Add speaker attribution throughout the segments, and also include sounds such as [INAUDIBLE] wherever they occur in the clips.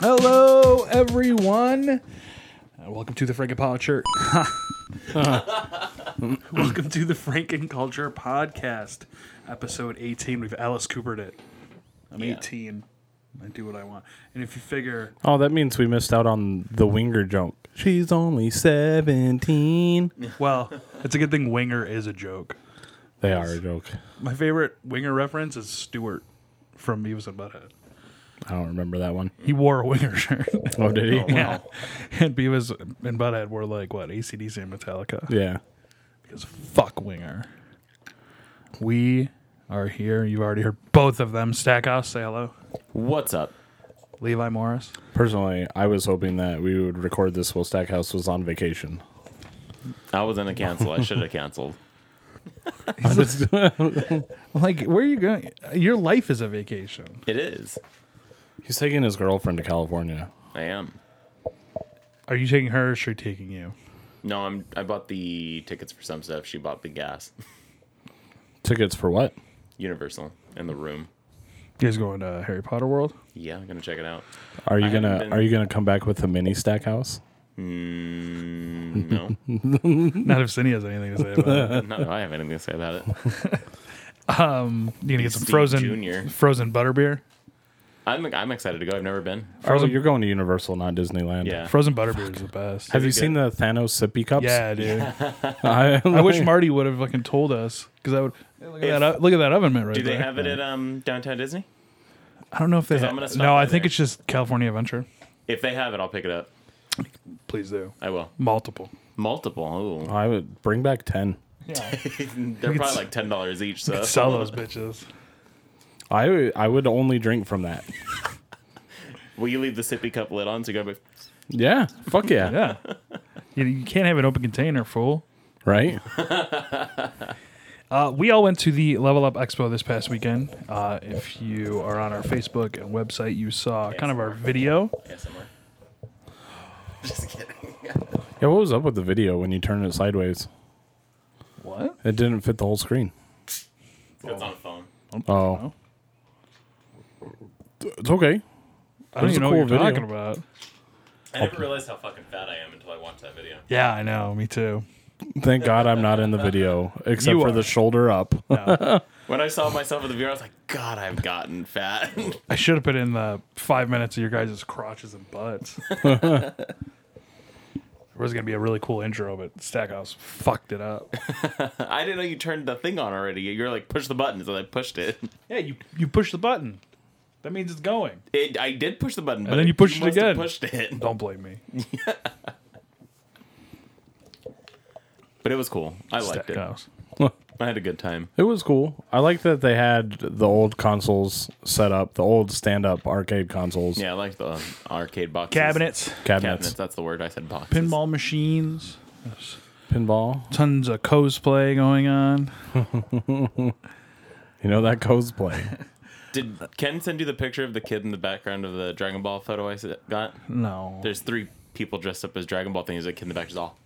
Speaker 1: Hello, everyone. Uh, welcome to the Frankenpala Church. [LAUGHS] welcome to the Franken Culture Podcast, episode 18. We've Alice Coopered it. I'm 18. I do what I want. And if you figure,
Speaker 2: Oh, that means we missed out on the winger joke. She's only
Speaker 1: [LAUGHS]
Speaker 2: 17.
Speaker 1: well, it's a good thing Winger is a joke.
Speaker 2: They are a joke.
Speaker 1: My favorite Winger reference is Stewart from Beavis and Butthead.
Speaker 2: I don't remember that one.
Speaker 1: He wore a Winger shirt.
Speaker 2: Oh, did he?
Speaker 1: [LAUGHS] yeah. And Beavis and Butthead were like, what, ACDC and Metallica?
Speaker 2: [LAUGHS] Yeah.
Speaker 1: Because fuck Winger. We are here. You've already heard both of them. Stackhouse, say hello.
Speaker 3: What's up?
Speaker 1: Levi Morris.
Speaker 2: Personally, I was hoping that we would record this while Stackhouse was on vacation.
Speaker 3: I was gonna cancel. I should have canceled.
Speaker 1: Like, where are you going? Your life is a vacation.
Speaker 3: It is.
Speaker 2: He's taking his girlfriend to California.
Speaker 3: I am.
Speaker 1: Are you taking her or is she taking you?
Speaker 3: No, I'm. I bought the tickets for some stuff. She bought the gas.
Speaker 2: Tickets for what?
Speaker 3: Universal in the room.
Speaker 1: You guys going to Harry Potter World?
Speaker 3: Yeah, I'm gonna check it out.
Speaker 2: Are you
Speaker 3: I
Speaker 2: gonna
Speaker 3: haven't been-
Speaker 2: Are you gonna come back with a mini Stackhouse?
Speaker 3: Mm, no,
Speaker 1: [LAUGHS] Not if Cindy has anything to say
Speaker 3: [LAUGHS]
Speaker 1: about it.
Speaker 3: not that I have anything to say about it.
Speaker 1: You gonna get some
Speaker 3: Steve
Speaker 1: frozen
Speaker 3: Junior.
Speaker 1: frozen butterbeer?
Speaker 3: I'm. I'm excited to go. I've never been.
Speaker 2: Oh, you're going to Universal, not Disneyland.
Speaker 3: Yeah.
Speaker 1: Frozen butterbeer is the best.
Speaker 2: Have you seen the Thanos sippy cups?
Speaker 1: Yeah, dude.
Speaker 2: [LAUGHS]
Speaker 3: [LAUGHS]
Speaker 2: I,
Speaker 1: I wish Marty would have fucking told us because I would look at, that, look at that oven mitt right
Speaker 3: Do they
Speaker 1: there.
Speaker 3: have it at um downtown Disney?
Speaker 1: I don't know if they.
Speaker 3: 'Cause
Speaker 1: Have,
Speaker 3: I'm gonna stop
Speaker 1: no,
Speaker 3: by
Speaker 1: I think
Speaker 3: there.
Speaker 1: it's just California Adventure.
Speaker 3: If they have it, I'll pick it up.
Speaker 1: Please do
Speaker 3: I will.
Speaker 1: multiple.
Speaker 2: [LAUGHS]
Speaker 3: Multiple.
Speaker 2: [LAUGHS] I would bring back ten.
Speaker 1: Yeah.
Speaker 3: Ooh. They're probably like ten dollars each. So
Speaker 1: sell those bitches.
Speaker 2: I would- I would only drink from that.
Speaker 3: will you leave the sippy cup lid on to go? But
Speaker 2: Yeah. Fuck yeah.
Speaker 1: Yeah. you, you can't have an open container, fool.
Speaker 2: Right.
Speaker 1: Uh, we all went to the Level Up Expo this past weekend. Uh, if you are on our Facebook and website, you saw kind of our video.
Speaker 3: yeah, somewhere. Just kidding.
Speaker 2: Yeah, what was up with the video when you turned it sideways?
Speaker 1: What?
Speaker 2: It didn't fit the whole screen.
Speaker 3: It's on a phone.
Speaker 2: Oh. It's okay.
Speaker 1: I don't
Speaker 2: was
Speaker 1: even
Speaker 2: a
Speaker 1: know what
Speaker 2: cool
Speaker 1: you're
Speaker 2: video.
Speaker 1: talking about.
Speaker 3: I never realized how fucking fat I am until I watched that video.
Speaker 1: Yeah, I know. Me too.
Speaker 2: Thank God I'm not in the video, except
Speaker 1: You
Speaker 2: for
Speaker 1: are.
Speaker 2: the shoulder up.
Speaker 3: When I saw myself in the mirror, I was like, God, I've gotten fat. [LAUGHS]
Speaker 1: I should have put in the five minutes of your guys' crotches and
Speaker 2: [LAUGHS]
Speaker 1: butts. there was going to be a really cool intro, but Stackhouse fucked it up.
Speaker 3: I didn't know you turned the thing on already. You were like, push the button, so I pushed it. [LAUGHS]
Speaker 1: yeah, you, you push the button. That means it's going.
Speaker 3: it I did push the button, but
Speaker 1: then you pushed it
Speaker 3: must have
Speaker 1: again.
Speaker 3: Pushed it, [LAUGHS]
Speaker 1: Don't blame me.
Speaker 3: but it was cool. I liked it.
Speaker 1: Stackhouse.
Speaker 3: I had a good time.
Speaker 2: It was cool. I like that they had the old consoles set up, the old stand up arcade consoles,
Speaker 3: Yeah, I liked the arcade boxes.
Speaker 1: Cabinets.
Speaker 2: cabinets,
Speaker 3: Cabinets, that's the word I said. Boxes.
Speaker 1: pinball machines,
Speaker 2: pinball.
Speaker 1: tons of cosplay going on.
Speaker 2: You know, that cosplay.
Speaker 3: Did Ken send you the picture of the kid in the background of the Dragon Ball photo I s- got?
Speaker 1: Hmm. No,
Speaker 3: There's three people dressed up as Dragon Ball things. There's a kid in the back, just all.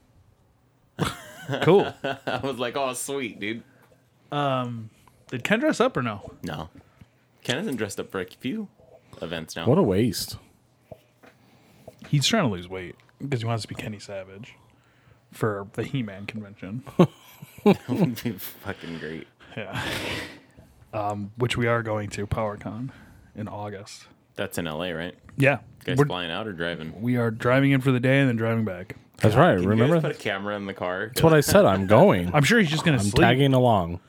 Speaker 3: [LAUGHS]
Speaker 1: [LAUGHS] cool.
Speaker 3: I was like, oh, sweet, dude.
Speaker 1: Did Ken dress up or no?
Speaker 3: No. Ken isn't dressed up for a few events now. [LAUGHS]
Speaker 2: what a waste.
Speaker 1: He's trying to lose weight because he wants to be Kenny Savage for the He-Man
Speaker 3: [LAUGHS]
Speaker 1: convention,
Speaker 3: would be fucking great.
Speaker 1: which we are going to PowerCon in August.
Speaker 3: That's in LA, right?
Speaker 1: Yeah,
Speaker 3: You guys
Speaker 1: We're-
Speaker 3: flying out or driving?
Speaker 1: we are driving in for the day and then driving back.
Speaker 2: That's right.
Speaker 3: you
Speaker 2: Remember?
Speaker 3: guys put a
Speaker 2: That's
Speaker 3: camera in the car.
Speaker 2: what I said. I'm going.
Speaker 1: I'm sure he's just gonna
Speaker 2: I'm
Speaker 1: sleep.
Speaker 2: tagging along.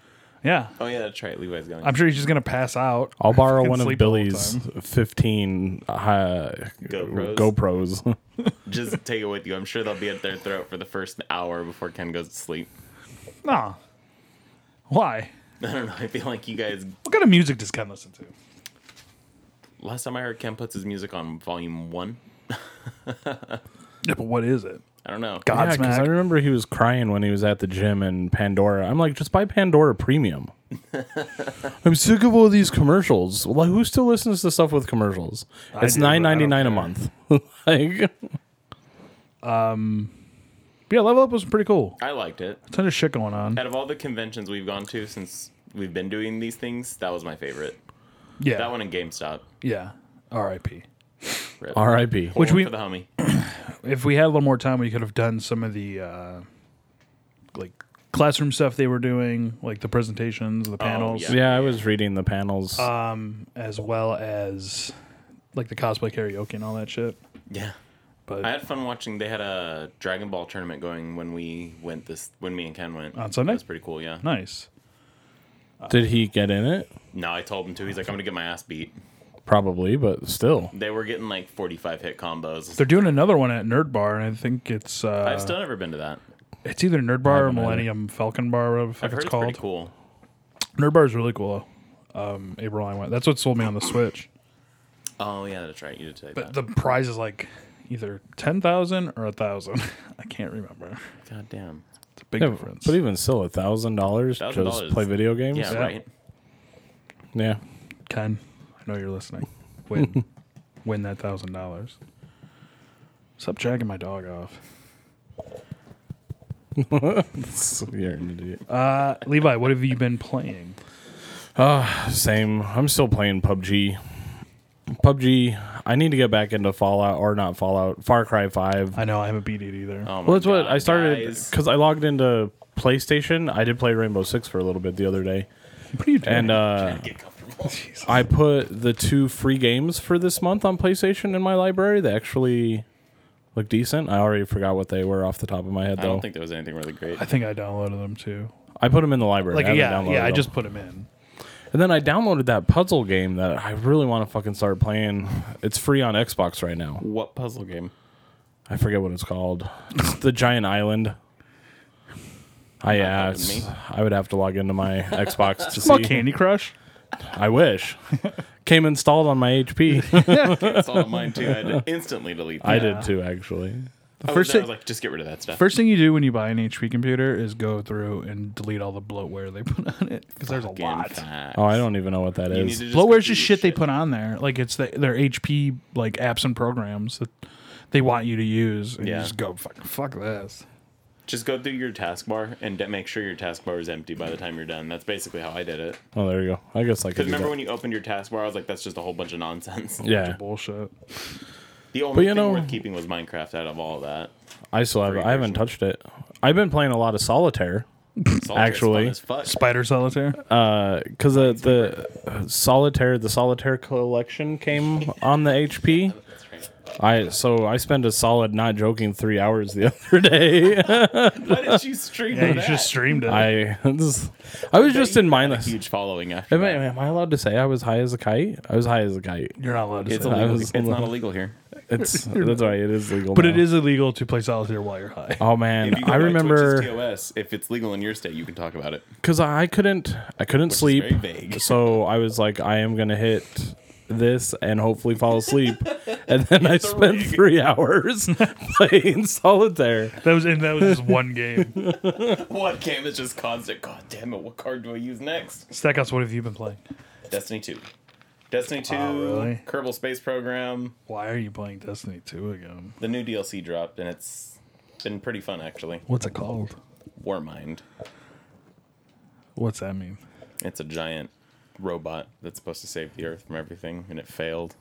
Speaker 1: Yeah,
Speaker 3: Oh yeah, that's right. Levi's going.
Speaker 1: I'm sure he's just gonna pass out.
Speaker 2: I'll borrow
Speaker 1: Fucking
Speaker 2: one of
Speaker 1: sleep the whole
Speaker 2: Billy's 15 uh,
Speaker 1: [LAUGHS]
Speaker 3: GoPros.
Speaker 2: GoPros.
Speaker 3: Just take it with you. I'm sure they'll be at their throat for the first hour before Ken goes to sleep. [LAUGHS]
Speaker 1: Nah, why?
Speaker 3: I don't know. I feel like you guys.
Speaker 1: What kind of music does Ken listen to?
Speaker 3: Last time I heard Ken puts his music on volume one.
Speaker 1: Yeah, but what is it?
Speaker 3: I don't know.
Speaker 2: Yeah, 'cause I
Speaker 1: Godsmack.
Speaker 2: remember he was crying when he was at the gym in Pandora. I'm like, just buy Pandora
Speaker 1: [LAUGHS]
Speaker 2: Premium. I'm sick of all these commercials. Like, who still listens to stuff with commercials? It's
Speaker 1: do, but I
Speaker 2: nine ninety
Speaker 1: don't
Speaker 2: nine a
Speaker 1: care.
Speaker 2: month. [LAUGHS] like,
Speaker 1: yeah, Level Up was pretty cool.
Speaker 3: I liked it.
Speaker 1: Ton of shit going on.
Speaker 3: Out of all the conventions we've gone to since we've been doing these things, that was my favorite.
Speaker 1: Yeah.
Speaker 3: That one in GameStop.
Speaker 1: Yeah. R.I.P.
Speaker 3: Really.
Speaker 2: R.I.P.
Speaker 1: Which
Speaker 3: One
Speaker 1: we-
Speaker 3: for the homie.
Speaker 1: If we had a little more time, we could have done some of the uh, like classroom stuff they were doing, like the presentations, the panels,
Speaker 3: Oh, yeah.
Speaker 2: Yeah, I was reading the panels.
Speaker 1: Uh, as well as like the cosplay karaoke and all that shit.
Speaker 3: Yeah.
Speaker 1: But
Speaker 3: I had fun watching. They had a Dragon Ball tournament going when we went this when me and Ken went
Speaker 1: On Sunday?
Speaker 3: That was pretty cool. Yeah.
Speaker 1: nice.
Speaker 2: Did he get in it?
Speaker 3: No, I told him to. He's like, I'm gonna get my ass beat.
Speaker 2: Probably, but still.
Speaker 3: They were getting like 45 hit combos.
Speaker 1: They're doing another one at Nerd Bar, and I think it's uh,
Speaker 3: I've still never been to that.
Speaker 1: it's either Nerd Bar or
Speaker 2: haven't either.
Speaker 1: Millennium Falcon Bar, whatever the fuck
Speaker 3: I've heard
Speaker 1: it's
Speaker 3: it's
Speaker 1: called.
Speaker 3: pretty cool.
Speaker 1: Nerd Bar is really cool. Um, April and I went. That's what sold me on the Switch.
Speaker 3: Oh yeah, that's right. You did say
Speaker 1: But
Speaker 3: that.
Speaker 1: the prize is like either ten thousand or a thousand. [LAUGHS] I can't remember.
Speaker 3: God damn.
Speaker 1: It's a big
Speaker 2: Yeah,
Speaker 1: difference.
Speaker 2: but even still, a thousand dollars just
Speaker 3: $1,000.
Speaker 2: play video games.
Speaker 3: Yeah,
Speaker 1: Yeah.
Speaker 3: right.
Speaker 2: Yeah. [LAUGHS]
Speaker 1: Ken, I know you're listening. [LAUGHS] Win, win that thousand dollars. Stop dragging my dog off.
Speaker 2: You're an idiot.
Speaker 1: Uh, Levi, what have you been playing?
Speaker 2: Same. I'm still playing PUBG. PUBG. I need to get back into Fallout or not Fallout. Far Cry Five.
Speaker 1: I know I haven't beat it either.
Speaker 3: Oh my
Speaker 2: well, that's what
Speaker 3: God,
Speaker 2: I started
Speaker 3: guys.
Speaker 2: because I logged into PlayStation. I did play Rainbow Six for a little bit the other day,
Speaker 1: what are you doing?
Speaker 2: and uh,
Speaker 3: Get comfortable.
Speaker 2: I put the two free games for this month on PlayStation in my library. They actually look decent. I already forgot what they were off the top of my head
Speaker 3: I
Speaker 2: though.
Speaker 3: don't think there was anything really great.
Speaker 1: I think I downloaded them too.
Speaker 2: I put them in the library.
Speaker 1: Like
Speaker 2: I haven't
Speaker 1: yeah,
Speaker 2: downloaded
Speaker 1: yeah. I
Speaker 2: them.
Speaker 1: just put them in.
Speaker 2: And then I downloaded that puzzle game that I really want to fucking start playing. It's free on Xbox right now.
Speaker 3: What
Speaker 1: [LAUGHS]
Speaker 3: puzzle game?
Speaker 2: I forget what it's called. It's the Giant Island. I yeah,
Speaker 3: helping
Speaker 2: it's-
Speaker 3: me.
Speaker 2: I would have to log into
Speaker 3: [LAUGHS]
Speaker 2: my Xbox to
Speaker 1: Come on,
Speaker 2: see.
Speaker 1: Candy Crush.
Speaker 2: I wish. Came installed on my
Speaker 3: [LAUGHS]
Speaker 2: HP.
Speaker 3: It's all mine too. I had to instantly delete. That.
Speaker 2: I did too, actually.
Speaker 3: I was,
Speaker 1: first
Speaker 3: there, I
Speaker 1: thing-
Speaker 3: was like, just get rid of that stuff.
Speaker 1: First thing you do when you buy an HP computer is go through and delete all the bloatware they [LAUGHS] put on it because there's a
Speaker 3: Fucking
Speaker 1: lot.
Speaker 3: facts.
Speaker 2: Oh, I don't even know what that
Speaker 3: You need to
Speaker 2: is.
Speaker 3: just
Speaker 1: Bloatware's
Speaker 3: delete
Speaker 1: just shit,
Speaker 3: this
Speaker 1: they put on there. Like it's the, their HP like apps and programs that they want you to use. And
Speaker 3: Yeah.
Speaker 1: you just go fuck, fuck this.
Speaker 3: Just go through your taskbar and de- make sure your taskbar is empty by the time you're done. That's basically how I did it.
Speaker 2: Oh, there you go. I guess I could.
Speaker 3: Because
Speaker 2: Do
Speaker 3: remember
Speaker 2: that.
Speaker 3: when you opened your taskbar, I was like, that's just a whole bunch of nonsense.
Speaker 2: Yeah,
Speaker 1: Bullshit.
Speaker 3: The only
Speaker 2: you
Speaker 3: thing
Speaker 2: know-
Speaker 3: worth keeping was Minecraft out of all that.
Speaker 2: I still have.
Speaker 3: Free
Speaker 2: I haven't
Speaker 3: version.
Speaker 2: touched it. I've been playing a lot of solitaire.
Speaker 3: Solitaire's
Speaker 2: Actually.
Speaker 3: fun as fuck.
Speaker 1: Spider Solitaire.
Speaker 2: because the, Uh, the uh, solitaire the solitaire collection came on the HP.
Speaker 3: That's right.
Speaker 2: I so I spent a solid, not joking, three hours the [LAUGHS] other day.
Speaker 3: Why did you stream
Speaker 1: yeah, you
Speaker 3: that?
Speaker 1: just streamed it.
Speaker 2: I [LAUGHS] this- I was just in mindless. Am
Speaker 3: huge following after.
Speaker 2: I,
Speaker 3: that.
Speaker 2: am I allowed to say I was high as a kite? I was high as a
Speaker 3: [LAUGHS]
Speaker 2: kite.
Speaker 1: You're not allowed to
Speaker 3: It's
Speaker 1: say
Speaker 2: I
Speaker 3: illegal.
Speaker 2: was
Speaker 3: It's
Speaker 2: a
Speaker 3: not
Speaker 2: little-
Speaker 3: illegal here.
Speaker 2: It's that's right. It is legal,
Speaker 1: But it
Speaker 2: now.
Speaker 1: is illegal to play solitaire while you're high.
Speaker 2: Oh
Speaker 3: If
Speaker 2: man,
Speaker 3: you go
Speaker 2: I
Speaker 3: by Twitch's
Speaker 2: remember
Speaker 3: TOS. If it's legal in your state, you can talk about it.
Speaker 2: because I couldn't I couldn't sleep.
Speaker 3: very vague.
Speaker 2: So I was like, I am gonna hit this and hopefully fall
Speaker 3: [LAUGHS]
Speaker 2: asleep. And then I spent
Speaker 3: rig.
Speaker 2: three
Speaker 3: [LAUGHS]
Speaker 2: hours playing solitaire.
Speaker 1: That was and that was just one game.
Speaker 3: What game is just constant? God damn it! What card do I use next?
Speaker 1: Stackhouse, what have you been playing?
Speaker 3: Destiny two. Destiny two.
Speaker 1: really?
Speaker 3: Kerbal Space Program.
Speaker 1: Why are you playing Destiny 2 again?
Speaker 3: The new DLC dropped, and it's been pretty fun actually.
Speaker 1: What's it called?
Speaker 3: Warmind.
Speaker 1: What's that mean?
Speaker 3: It's a giant robot that's supposed to save the Earth from everything, and it failed.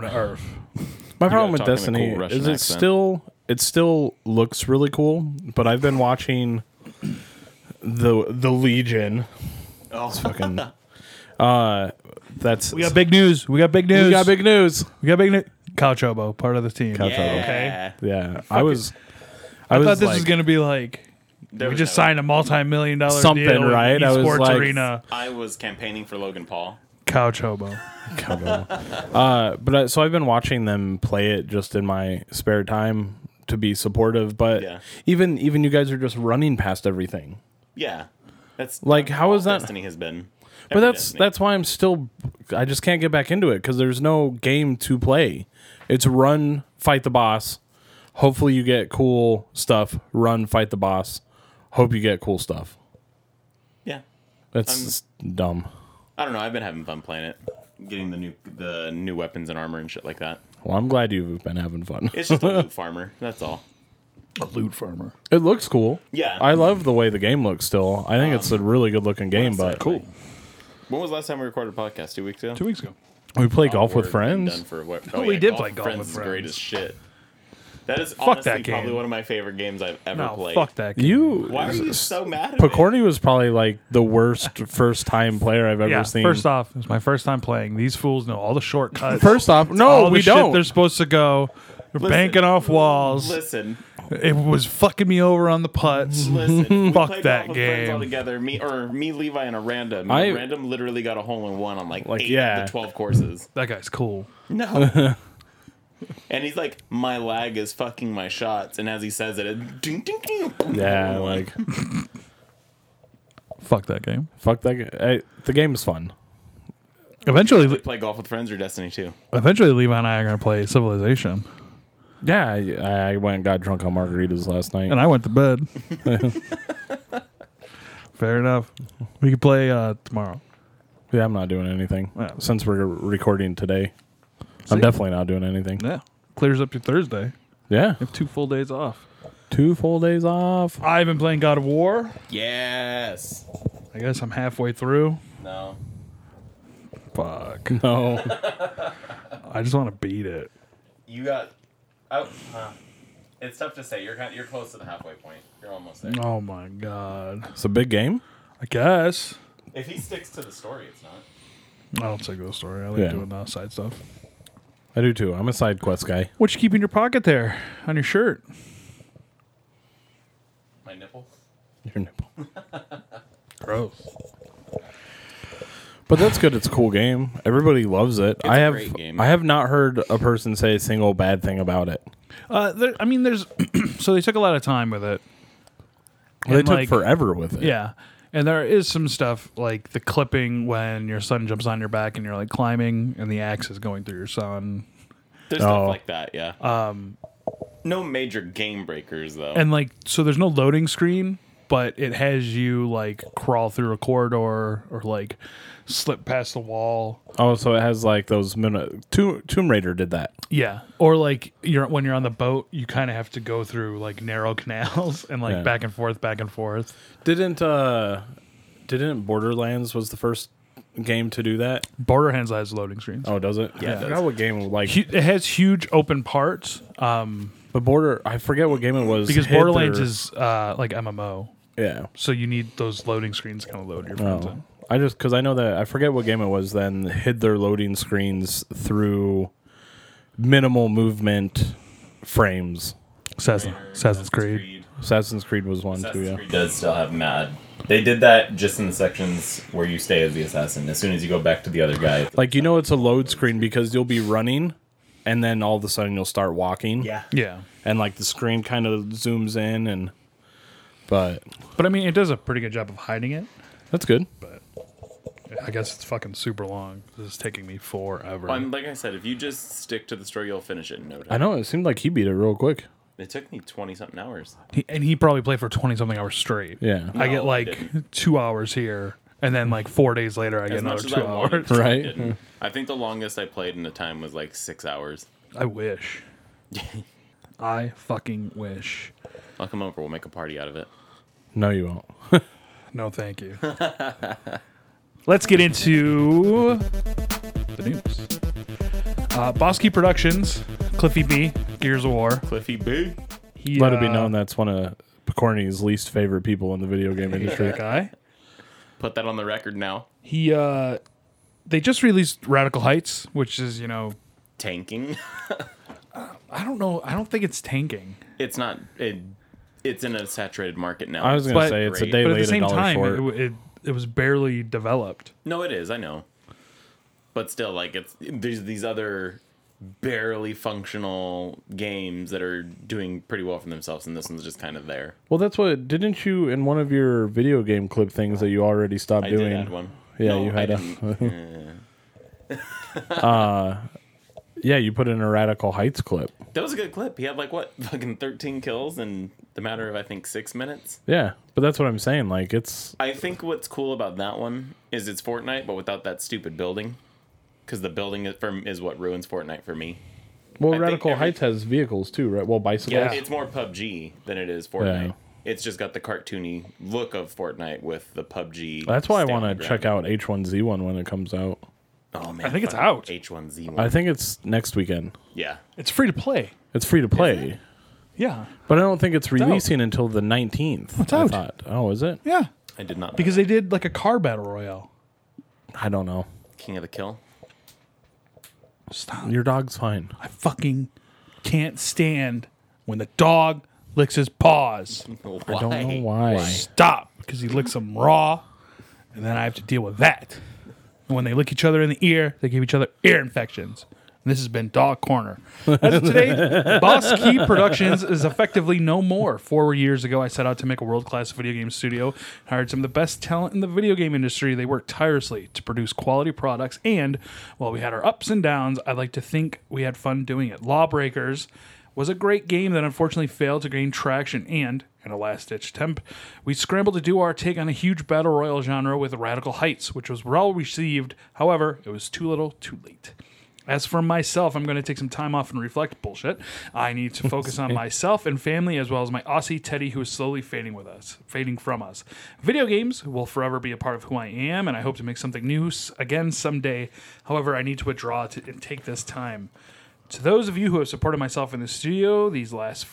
Speaker 2: don't-
Speaker 1: to Earth.
Speaker 2: My problem with
Speaker 3: talking a
Speaker 2: Destiny
Speaker 3: cool Russian
Speaker 2: is it
Speaker 3: accent.
Speaker 2: still it still looks really cool, but I've been watching the the Legion.
Speaker 3: Oh, [LAUGHS]
Speaker 2: Fucking, uh, that's [LAUGHS]
Speaker 1: We got big news. We got big news.
Speaker 2: We got big news.
Speaker 1: We got big news. Kyle Chobo, part of the team.
Speaker 2: Kyle-
Speaker 3: yeah.
Speaker 2: Yeah, I was. I, was
Speaker 1: I thought this
Speaker 2: like,
Speaker 1: was gonna be like
Speaker 3: There
Speaker 1: we
Speaker 3: was
Speaker 1: just
Speaker 3: no-
Speaker 1: signed a multi-million dollar
Speaker 2: Something,
Speaker 1: deal with
Speaker 2: right? I was
Speaker 1: esports
Speaker 2: like-
Speaker 1: arena.
Speaker 3: I was campaigning for Logan Paul.
Speaker 1: Cow Chobo.
Speaker 2: [LAUGHS] uh, but I, so I've been watching them play it just in my spare time to be supportive. But
Speaker 3: Yeah.
Speaker 2: even even you guys are just running past everything.
Speaker 3: Yeah, that's
Speaker 2: Like, how is that?
Speaker 3: Destiny has been.
Speaker 2: but that's
Speaker 3: Destiny.
Speaker 2: that's why I'm still I just can't get back into it because there's no game to play. It's run, fight the boss. Hopefully you get cool stuff. Run, fight the boss. Hope you get cool stuff.
Speaker 3: Yeah.
Speaker 2: That's
Speaker 3: I'm-
Speaker 2: just dumb.
Speaker 3: I don't know. I've been having fun playing it, getting the new the new weapons and armor and shit like that.
Speaker 2: Well, I'm glad you've been having fun. [LAUGHS]
Speaker 3: It's just a loot farmer. That's all.
Speaker 1: A loot farmer.
Speaker 2: It looks cool.
Speaker 3: Yeah.
Speaker 2: I love the way the game looks still. I think it's a really good looking game,
Speaker 3: else
Speaker 2: but
Speaker 3: I Cool. When was the last time we recorded a podcast? Two weeks ago.
Speaker 1: Two weeks ago.
Speaker 2: we play golf
Speaker 3: We're
Speaker 2: with
Speaker 3: Done
Speaker 2: friends.
Speaker 3: for what?
Speaker 1: Oh, [LAUGHS] we did play
Speaker 3: with
Speaker 1: Golf with
Speaker 3: is Great
Speaker 1: Friends.
Speaker 3: as shit. That is honestly
Speaker 1: that game.
Speaker 3: probably one of my favorite games I've ever
Speaker 1: No,
Speaker 3: played.
Speaker 1: fuck that. Game.
Speaker 2: You
Speaker 3: Why are you so mad? At me?
Speaker 2: Picorni was probably like the worst
Speaker 3: [LAUGHS]
Speaker 2: first time player I've ever
Speaker 1: Yeah.
Speaker 2: seen.
Speaker 1: First off, it was my first time playing. These fools know all the shortcuts.
Speaker 2: First off,
Speaker 1: all
Speaker 2: no,
Speaker 1: the
Speaker 2: we
Speaker 1: shit
Speaker 2: don't.
Speaker 1: they're supposed to go. They're banking off walls.
Speaker 3: Listen,
Speaker 1: It was fucking me over on the putts. [LAUGHS]
Speaker 3: listen. we
Speaker 1: Fuck
Speaker 3: played
Speaker 1: that
Speaker 3: Golf with Friends
Speaker 1: game.
Speaker 3: All together, me or me, Levi, and a random.
Speaker 2: I-
Speaker 3: random literally got a hole in one on like,
Speaker 2: Like,
Speaker 3: eight
Speaker 2: yeah.
Speaker 3: of the
Speaker 1: [LAUGHS]
Speaker 3: twelve courses.
Speaker 1: That guy's cool.
Speaker 3: No. [LAUGHS] and he's like, my lag is fucking my shots. And as he says it, it ding, ding, ding. [LAUGHS]
Speaker 2: yeah, like
Speaker 1: Fuck that game.
Speaker 2: fuck that. g- I, the game is fun.
Speaker 1: Eventually,
Speaker 3: play golf with friends or Destiny 2.
Speaker 1: eventually, Levi and I are gonna play Civilization,
Speaker 2: Yeah, I, I went and got drunk on margaritas last night.
Speaker 1: and I went to [LAUGHS] bed. Fair enough. We could play uh, tomorrow.
Speaker 2: yeah, I'm not doing anything
Speaker 1: Yeah.
Speaker 2: since we're recording today.
Speaker 1: See?
Speaker 2: I'm definitely not doing anything.
Speaker 1: Yeah, clears up your Thursday.
Speaker 2: Yeah,
Speaker 1: Two full days off.
Speaker 2: two full days off.
Speaker 1: I've been playing God of War.
Speaker 3: Yes.
Speaker 1: I guess I'm halfway through.
Speaker 3: No.
Speaker 1: Fuck.
Speaker 2: No,
Speaker 1: [LAUGHS] I just want to beat it.
Speaker 3: You got. Oh, huh. It's tough to say. You're kind you're close to the halfway point. You're almost there.
Speaker 1: Oh my god.
Speaker 2: it's a big game.
Speaker 1: I guess.
Speaker 3: If he sticks to the story, it's not.
Speaker 1: I don't take those story. I like
Speaker 2: Yeah.
Speaker 1: doing the side stuff.
Speaker 2: I do too. I'm a side quest guy.
Speaker 1: What you keep in your pocket there on your shirt?
Speaker 3: My nipple.
Speaker 2: Your nipple.
Speaker 1: Gross.
Speaker 2: But that's good. It's a cool game. Everybody loves it. I
Speaker 3: a
Speaker 2: have
Speaker 3: great game.
Speaker 2: I have not heard a person say a single bad thing about it.
Speaker 1: Uh, there, I mean, there's [CLEARS THROAT] so they took a lot of time with it.
Speaker 2: they
Speaker 1: And,
Speaker 2: took
Speaker 1: like,
Speaker 2: forever with it.
Speaker 1: Yeah, and there is some stuff like the clipping when your son jumps on your back and you're like climbing and the axe is going through your son,
Speaker 3: There's
Speaker 2: Oh.
Speaker 3: stuff like that, yeah. Um, no major game breakers though.
Speaker 1: and like so there's no loading screen, but it has you like crawl through a corridor or like slip past the wall.
Speaker 2: Oh, so it has like those min- Tomb Tomb Raider did that.
Speaker 1: Yeah, or like you're when you're on the boat, you kind of have to go through like narrow [LAUGHS] canals and like
Speaker 2: Yeah.
Speaker 1: back and forth, back and forth.
Speaker 2: Didn't uh didn't Borderlands was the first game to do that?
Speaker 1: Border Hands has loading screens.
Speaker 2: Oh, does it?
Speaker 1: Yeah,
Speaker 2: I
Speaker 1: it
Speaker 2: forgot what game it was, like
Speaker 1: Hu- It has huge open parts um,
Speaker 2: but Border I forget what game it was.
Speaker 1: because
Speaker 2: Hid their-
Speaker 1: Borderlands is uh, like MMO,
Speaker 2: Yeah.
Speaker 1: so you need those loading screens to kind of load your friends
Speaker 2: Oh.
Speaker 1: in.
Speaker 2: I just cuz I know that I forget what game it was then hid their loading screens through minimal movement frames.
Speaker 1: Assassin, Assassin's Creed.
Speaker 2: Assassin's Creed was one too, yeah.
Speaker 3: does still have mad. They did that just in the sections where you stay as the assassin. As soon as you go back to the other guy,
Speaker 2: Like you know it's a load screen because you'll be running and then all of a sudden you'll start walking.
Speaker 1: Yeah,
Speaker 2: And like the screen kind of zooms in and but
Speaker 1: but I mean, it does a pretty good job of hiding it.
Speaker 2: that's good.
Speaker 1: I guess it's fucking super long. This is taking me forever.
Speaker 3: Um, like I said, if you just stick to the story, you'll finish it in no
Speaker 2: I
Speaker 3: time.
Speaker 2: know it seemed like he beat it real quick.
Speaker 3: It took me twenty something hours.
Speaker 1: He- and he probably played for twenty something hours straight.
Speaker 2: Yeah.
Speaker 1: I get
Speaker 3: No,
Speaker 1: like two hours here, and then like four days later, I get
Speaker 3: As
Speaker 1: another
Speaker 3: much as
Speaker 1: two
Speaker 3: I wanted,
Speaker 1: hours.
Speaker 3: to, I
Speaker 2: Right.
Speaker 3: didn't. I think the longest I played in a time was like six hours.
Speaker 1: I wish. [LAUGHS] I fucking wish.
Speaker 3: I'll come over. We'll make a party out of it.
Speaker 2: No, you won't.
Speaker 1: No, thank you. [LAUGHS] Let's get into the news. Uh, Bosky Productions, Cliffy B, Gears of War.
Speaker 3: Cliffy B.
Speaker 1: He,
Speaker 2: Let it be
Speaker 1: uh,
Speaker 2: known that's one of Picorni's least favorite people in the video
Speaker 1: [LAUGHS]
Speaker 2: game industry.
Speaker 1: that guy.
Speaker 3: Put that on the record now.
Speaker 1: He, uh, they just released Radical Heights, which is you know,
Speaker 3: Tanking.
Speaker 1: I don't know, I don't think it's tanking,
Speaker 3: It's not. It, it's in a saturated market now.
Speaker 2: I was gonna
Speaker 1: But-
Speaker 2: say it's a day
Speaker 1: but
Speaker 2: late,
Speaker 1: at the
Speaker 2: a
Speaker 1: same
Speaker 2: dollar
Speaker 1: time,
Speaker 2: short.
Speaker 1: it, it it was barely developed.
Speaker 3: No, it is. I know. But still, like it's there's these other barely functional games that are doing pretty well for themselves, and this one's just kind of there.
Speaker 2: well, that's what didn't you in one of your video game clip things that you already stopped
Speaker 3: I did
Speaker 2: doing?
Speaker 3: add one.
Speaker 2: Yeah,
Speaker 3: No,
Speaker 2: you
Speaker 3: I
Speaker 2: had a. Uh,
Speaker 3: didn't.
Speaker 2: [LAUGHS] Yeah, you put in a Radical Heights clip.
Speaker 3: That was a good clip. He had like what [LAUGHS] fucking 13 kills in the matter of I think 6 minutes.
Speaker 2: Yeah, but that's what I'm saying. Like, it's
Speaker 3: I think what's cool about that one is it's Fortnite but without that stupid building cuz the building is, from, is what ruins Fortnite for me.
Speaker 2: well,
Speaker 3: think
Speaker 2: Radical
Speaker 3: every-
Speaker 2: Heights has vehicles too, right? Well, bicycles.
Speaker 3: Yeah, it's more PUBG than it is Fortnite. It's just got the cartoony look of Fortnite with the PUBG.
Speaker 2: That's why I
Speaker 3: stamp
Speaker 2: want
Speaker 3: on
Speaker 2: to
Speaker 3: the
Speaker 2: check
Speaker 3: ground.
Speaker 2: out H1Z1 when it comes out.
Speaker 3: Oh man,
Speaker 1: I think it's
Speaker 3: fucking
Speaker 1: out.
Speaker 3: H1Z1.
Speaker 2: I think it's next weekend.
Speaker 3: yeah,
Speaker 1: It's free to play.
Speaker 2: It's free to play,
Speaker 1: Yeah.
Speaker 2: but I don't think it's
Speaker 1: out.
Speaker 2: releasing until the 19th.
Speaker 1: It's
Speaker 2: I
Speaker 1: out.
Speaker 2: thought. Oh, is it?
Speaker 1: Yeah.
Speaker 3: I did not know
Speaker 1: Because they did like a car battle royale.
Speaker 2: I don't know.
Speaker 3: that. King of the Kill. [LAUGHS]
Speaker 1: Stop.
Speaker 2: Your dog's fine.
Speaker 1: I fucking can't stand when the dog licks his paws.
Speaker 3: Why?
Speaker 2: I don't know why.
Speaker 1: Stop. Because he licks them raw. And then I have to deal with that. And when they lick each other in the ear, they give each other ear infections. And this has been Dog Corner. As of today, Boss Key Productions is effectively no more. Four years ago, I set out to make a world class video game studio, hired some of the best talent in the video game industry. They worked tirelessly to produce quality products, and while we had our ups and downs, I like to think we had fun doing it. Lawbreakers was a great game that unfortunately failed to gain traction, and in a last ditch attempt, we scrambled to do our take on a huge battle royale genre with Radical Heights, which was well received. However, it was too little, too late. As for myself, I'm going to take some time off and reflect. Bullshit. I need to focus on myself and family, as well as my Aussie Teddy, who is slowly fading with us, fading from us. Video games will forever be a part of who I am, and I hope to make something new s- again someday. However, I need to withdraw to, and take this time. To those of you who have supported myself in the studio these last